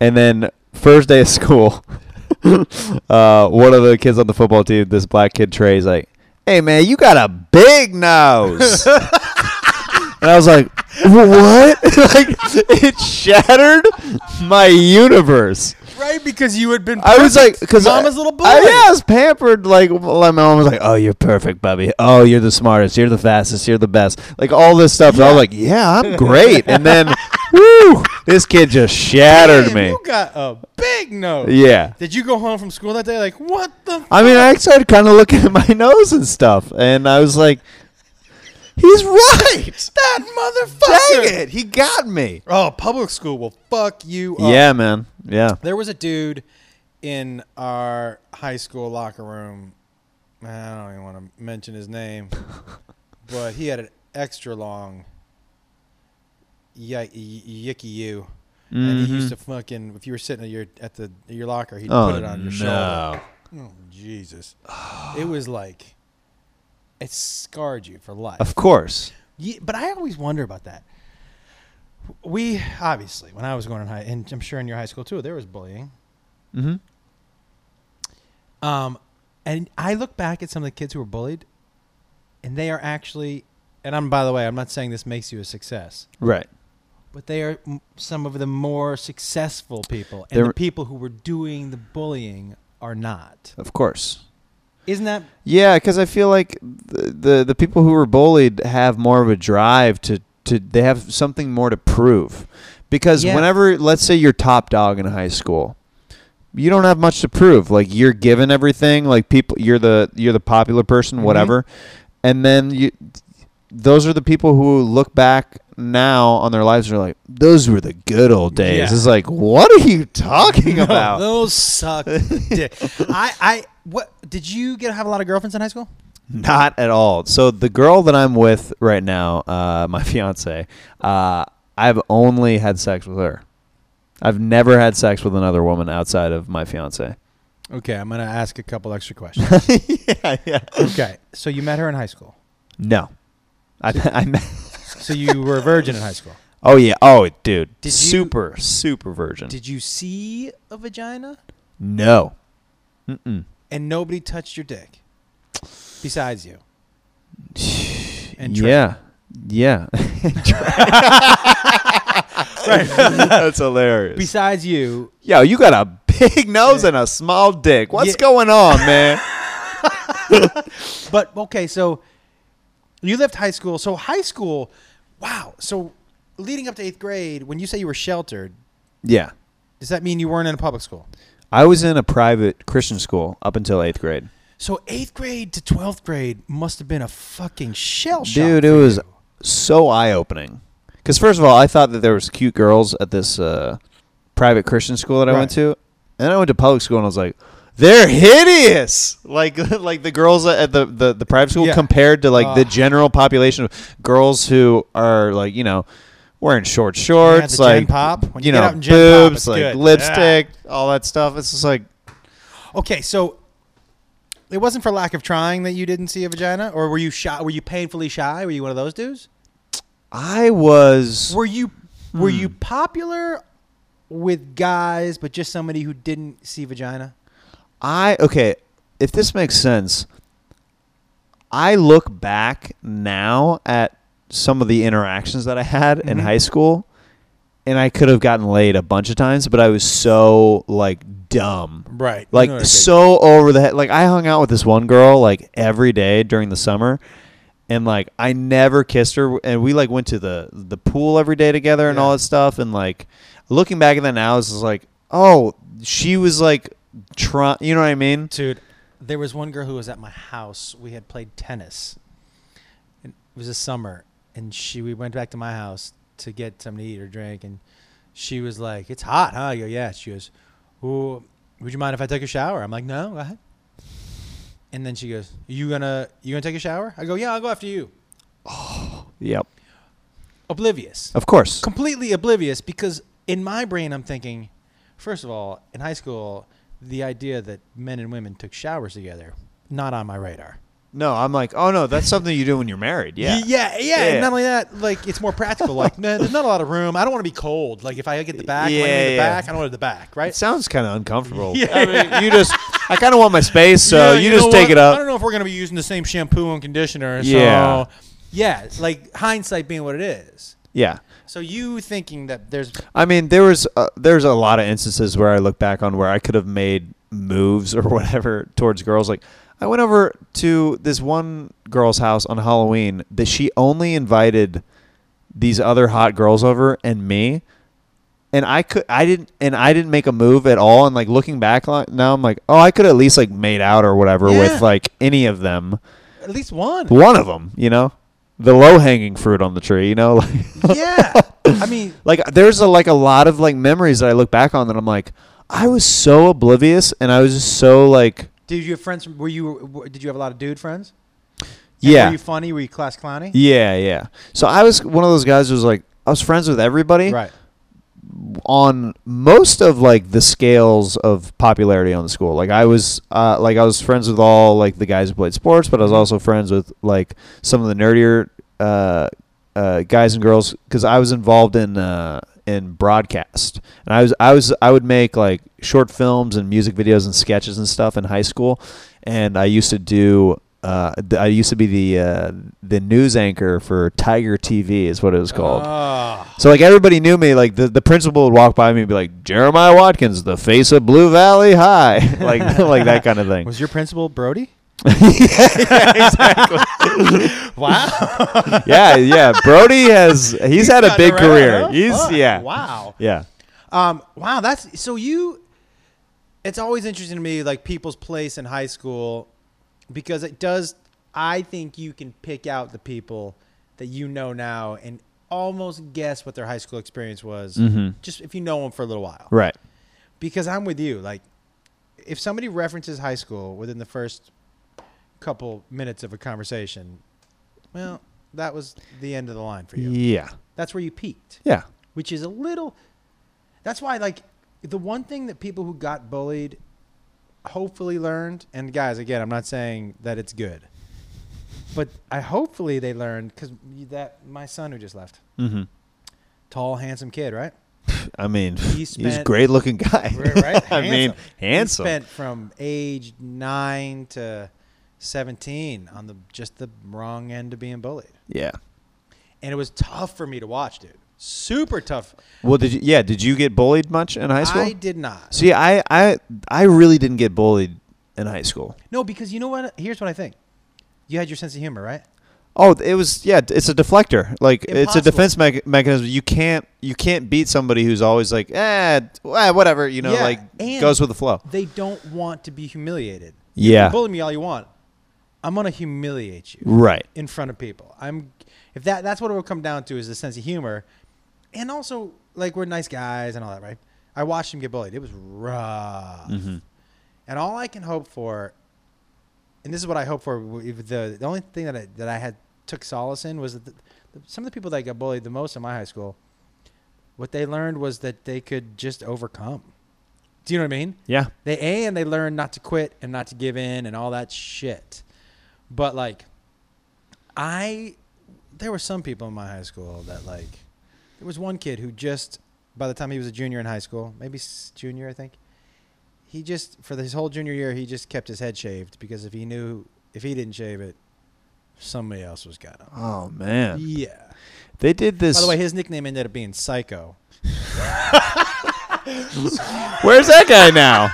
and then first day of school, [laughs] uh, one of the kids on the football team, this black kid Trey's like, "Hey man, you got a [laughs] big nose." And I was like, "What?" [laughs] like it shattered my universe. Right? Because you had been. I was like, because Mama's little boy. I, yeah, I was pampered. Like like, my mom was like, "Oh, you're perfect, Bubby. Oh, you're the smartest. You're the fastest. You're the best." Like all this stuff. So I was like, "Yeah, I'm great." [laughs] and then, woo, this kid just shattered Man, me. You got a big nose. Yeah. Did you go home from school that day like, What the. I mean, I started kind of looking at my [laughs] nose and stuff, and I was like, "He's [laughs] right. that motherfucker! Dang it, he got me." Oh, public school will fuck you up. Yeah, man. Yeah. There was a dude in our high school locker room. I don't even want to mention his [laughs] name, but he had an extra long yi- y- yicky you. And he used to fucking if you were sitting at your at the your locker, he'd Mm-hmm. Oh put it on your shoulder. no. Oh, Jesus. it was like it scarred you for life. Of course. Ye but I always wonder about that. We obviously, when I was going in high, and I'm sure in your high school too, there was bullying. Mm-hmm. Um, and I look back at some of the kids who were bullied, and they are actually, and I'm by the way, I'm not saying this makes you a success, Right. but they are m- some of the more successful people, and They're- the people who were doing the bullying are not. Of course. Isn't [laughs] that Yeah, because I feel like the, the the people who were bullied have more of a drive to to they have something more to prove. Because Yeah. whenever, let's say, you're top dog in high school, you don't have much to prove. Like you're given everything. Like people, you're the you're the popular person, Mhm. whatever. And then you, those are the people who look back now on their lives and are like, those were the good old days. Yeah. It's like, what are you talking [laughs] No, about? Those [laughs] suck dick. I, I, what did you get? Have a lot of girlfriends in high school? Not at all. So the girl that I'm with right now, uh, my [laughs] fiance, uh, I've only had sex with her. I've never had sex with another woman outside of my fiance. Okay, I'm gonna ask a couple [laughs] extra questions. yeah, yeah. Okay, so you met her in high school. No, I, [laughs] I met. So you were a virgin in high school. Oh yeah. Oh, dude. Did you- super, super virgin. Did you see a vagina? no. Mm-mm. And nobody touched your dick besides [sighs] you. And Trey. yeah, yeah. [laughs] [laughs] That's hilarious. Besides you, Yo, you got a big nose and a small dick. What's Yeah. going on, [laughs] man? but okay, so you left high school. So high school, wow. So leading up to eighth grade, when you say you were sheltered, yeah. does that mean you weren't in a public school? I was in a private Christian school up until eighth grade. So eighth grade to twelfth grade must have been a fucking shell shock. Dude, it for was you. so eye opening. Because first of all, I thought that there was cute girls at this uh, private Christian school that I went Right. to, and then I went to public school and I was like, they're hideous. [laughs] Like like the girls at the the, the private school Yeah. compared to like the Ah. general population of girls who are like you know wearing short shorts, the gen like pop. When you you get know out in gen pop, boobs, it's like good. lipstick, all that stuff. It's just like Okay, so it wasn't for lack of trying that you didn't see a vagina, or were you shy? Were you painfully shy? Were you one of those dudes? I was Were you were you popular with guys, but just somebody who didn't see vagina? I okay, if this makes sense, I look back now at some of the interactions that I had in Mhm. high school and I could have gotten laid a bunch of times, but I was so like dumb. Right. You know Like what I get. so over the head. Like I hung out with this one girl like every day during the summer, and like I never kissed her. And we like went to the the pool every day together and Yeah. all that stuff. And like looking back at that now, it's just like, oh, she was like trying. You know what I mean? Dude, there was one girl who was at my house. We had played tennis. And it was a summer, and she we went back to my house to get something to eat or drink, and she was like, "It's hot, huh?" I go, "Yeah." She goes, "Ooh, would you mind if I take a shower?" I'm like, "No, go ahead." And then she goes, "You gonna you gonna take a shower?" I go, "Yeah, I'll go after you." Yep. Oblivious, Of course. completely oblivious, because in my brain I'm thinking, first of all, in high school, the idea that men and women took showers together not on my radar. No, I'm like, oh no, that's something you do when you're married. Yeah. Y- yeah, yeah. Yeah. And not only that, like it's more practical. [laughs] Like, no, there's not a lot of room. I don't want to be cold. Like, if I get the back, yeah, I Yeah, want to the yeah. back. I don't want the back, It right? sounds kind of uncomfortable. [laughs] Yeah. I mean, you just, I kind of want my space, [laughs] so Yeah, you, know just take what? it I up. don't know if we're gonna be using the same shampoo and conditioner. So, Yeah. yeah, it's like hindsight being what it is. Yeah. So you thinking that there's I mean, there was uh, there's a lot of instances where I look back on where I could have made moves [laughs] or whatever towards girls. Like, I went over to this one girl's house on Halloween that she only invited these other hot girls over and me, and I could I didn't and I didn't make a move at all. And like looking back li- now, I'm like, oh, I could at least like made out or whatever Yeah. with like any of them, at least [laughs] one. one of them, you know, the low hanging fruit on the tree, you know, [laughs] like. yeah, I mean, like there's a, like a lot of like memories that I look back on that I'm like I was so oblivious and I was just so like did you have friends? From, were you? were- Did you have a lot of dude friends? And yeah Were you funny? Were you class clowny? yeah yeah so I was one of those guys who was like I was friends with everybody Right. on most of like the scales of popularity on the school like I was uh, like I was friends with all like the guys who played sports but I was also friends with like some of the nerdier uh, uh, guys and girls because I was involved in uh, in broadcast, and I was I was I would make like short films and music videos and sketches and stuff in high school, and I used to do. Uh, th- I used to be the uh, the news anchor for Tiger TV is what it was called. Ah. So like everybody knew me. Like the, the principal would walk by me and be like, "Jeremiah Watkins, the face of Blue Valley High," [laughs] like like that kind of thing. was your principal Brody? [laughs] [laughs] yeah, yeah. Brody has he's, had a Got it big right, career. huh? He's Fuck. yeah, Wow. yeah. Um, wow, that's so you. It's always interesting to me, like people's place in high school, because it does. I think you can pick out the people that you know now and almost guess what their high school experience was, just if you know them for a little while. Right. Because I'm with you. Like, if somebody references high school within the first couple minutes of a conversation, well, that was the end of the line for you. Yeah. That's where you peaked Yeah. which is a little that's why like the one thing that people who got bullied hopefully learned and guys again i'm not saying that it's good but i hopefully they learned because that my son who just left Mm-hmm. tall handsome kid right I mean, he's a spent- great looking guy. [laughs] Right, right? I mean, He handsome. spent from age nine to 17 on the just the wrong end of being bullied yeah. and it was tough for me to watch dude super tough Well, did you? Yeah. Did you get bullied much in high school? i did not See, I, I, I really didn't get bullied in high school. No, because you know what? Here's what I think. You had your sense of humor, right? Oh, it was yeah. It's a deflector. Like it's a Impossible. defense mech mechanism. You can't you can't beat somebody who's always like eh, t- eh, whatever you know Yeah, like and- goes with the flow. They don't want to be humiliated. Yeah. Bully me all you want. I'm gonna humiliate you Right. in front of people. I'm if that that's what it will come down to is the sense of humor, and also like we're nice guys and all that, right? I watched him get bullied. It was rough, and all I can hope for, and this is what I hope for. w- if The the only thing that I, that I had took solace in was that the, the, some of the people that got bullied the most in my high school, what they learned was that they could just overcome. Do you know what I mean? Yeah. They and they learn not to quit and not to give in and all that shit. But like, I there were some people in my high school that like there was one kid who just by the time he was a junior in high school, maybe s- junior I think, he just for his whole junior year he just kept his head shaved because if he knew if he didn't shave it, Somebody else was got him. Oh man, Yeah. they did this. By the way, his nickname ended up being Psycho. where's that guy [laughs] now?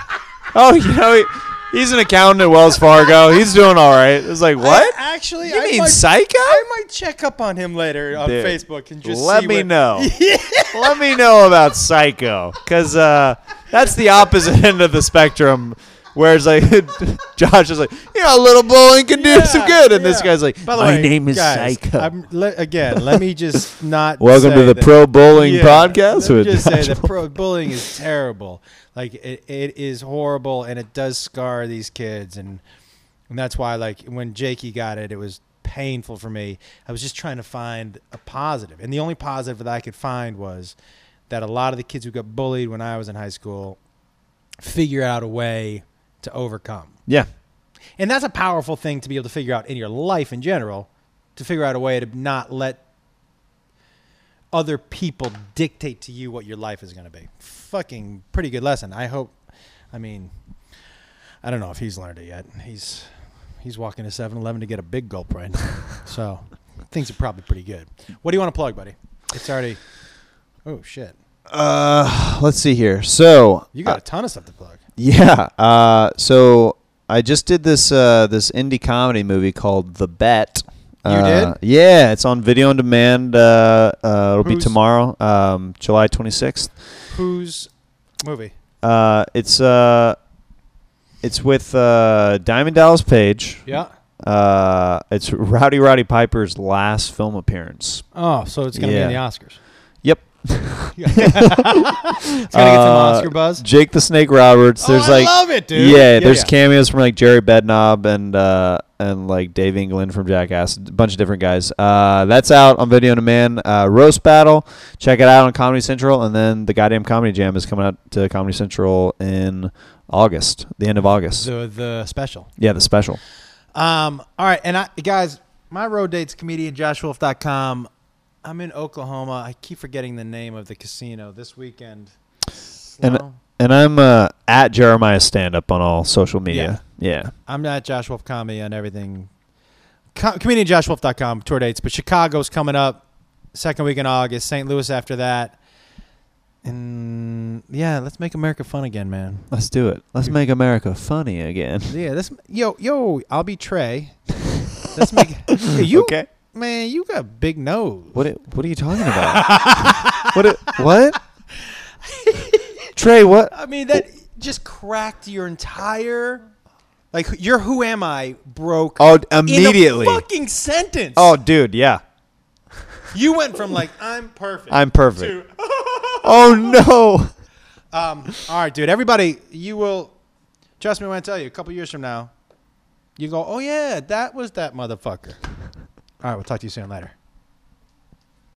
oh, you know, he, he's an accountant at Wells Fargo. He's doing all right. It's like what? I- actually, you I mean might, psycho? I might check up on him later on Dude, Facebook and just let see me what- [laughs] know. let me know about psycho, because uh, that's the opposite [laughs] end of the spectrum. Whereas like [laughs] Josh is like, you know, a little bullying [laughs] can do some good, and this yeah. guy's like, By the my way, name is guys, Psycho. I'm, le- again, let me just [laughs] not. Welcome say to the that- [laughs] Pro Bowling Yeah, Podcast. Let me with just say Josh that Bull- pro- bullying is terrible. Like it, it is horrible, and it does scar these kids, and and that's why like when Jakey got it, it was painful for me. I was just trying to find a positive, and the only positive that I could find was that a lot of the kids who got bullied when I was in high school figure out a way to overcome. yeah, And that's a powerful thing to be able to figure out in your life in general, to figure out a way to not let other people dictate to you what your life is going to be. Fucking pretty good lesson. I hope. I mean, I don't know if he's learned it yet. He's he's walking to 7-Eleven to get a big gulp [laughs] right now. so things are probably pretty good. What do you want to plug, buddy? It's already. Oh shit! Uh, let's see here. So You got a ton of stuff to plug. yeah. Uh, so I just did this uh, this indie comedy movie called The Bet. You Uh, did? Yeah, it's on video on demand. Uh, uh, it'll be Who's- tomorrow, um, July twenty sixth. Whose movie? Uh, it's uh, it's with uh, Diamond Dallas Page. Yeah. Uh, it's Rowdy Roddy Piper's last film appearance. Oh, so it's going to be in Yeah. the Oscars. Yep. [laughs] it's gonna get some Oscar Uh, buzz. Jake the Snake Roberts. Oh, There's I like love it, dude. Yeah, Yeah, there's yeah. cameos from like Jerry Bednob and uh and like Dave England from Jackass, a bunch of different guys. Uh, that's out on Video on Demand. Uh, Roast Battle, check it out on Comedy Central, and then the goddamn Comedy Jam is coming out to Comedy Central in August, the end of August. The the special. yeah, the special. Um. All right, and I, guys, my road dates comedian joshwolf.com. I'm in Oklahoma. I keep forgetting the name of the casino this weekend. And Sloan? and I'm uh, at Jeremiah Stand Up on all social media. Yeah. I'm not Josh Wolf comedy on everything. Com- ComedianJoshWolf.com tour dates, but Chicago's coming up second week in August. St. Louis after that, and yeah, let's make America fun again, man. Let's do it. Let's make America [laughs] funny again. Yeah, this yo yo. I'll be Trey. Let's make [laughs] Hey, you Okay. man. You got a big nose. What it- What are you talking about? [laughs] what? It, [laughs] what? Trey, what? I mean, that just cracked your entire like your "Who am I?" broke Oh, in a immediately. fucking sentence. Oh, dude, yeah, you went from like I'm perfect. I'm perfect. to, Oh no. um. All right, dude. Everybody, you will trust me when I tell you. A couple years from now, you go, "Oh yeah, that was that motherfucker." All right, we'll talk to you soon later.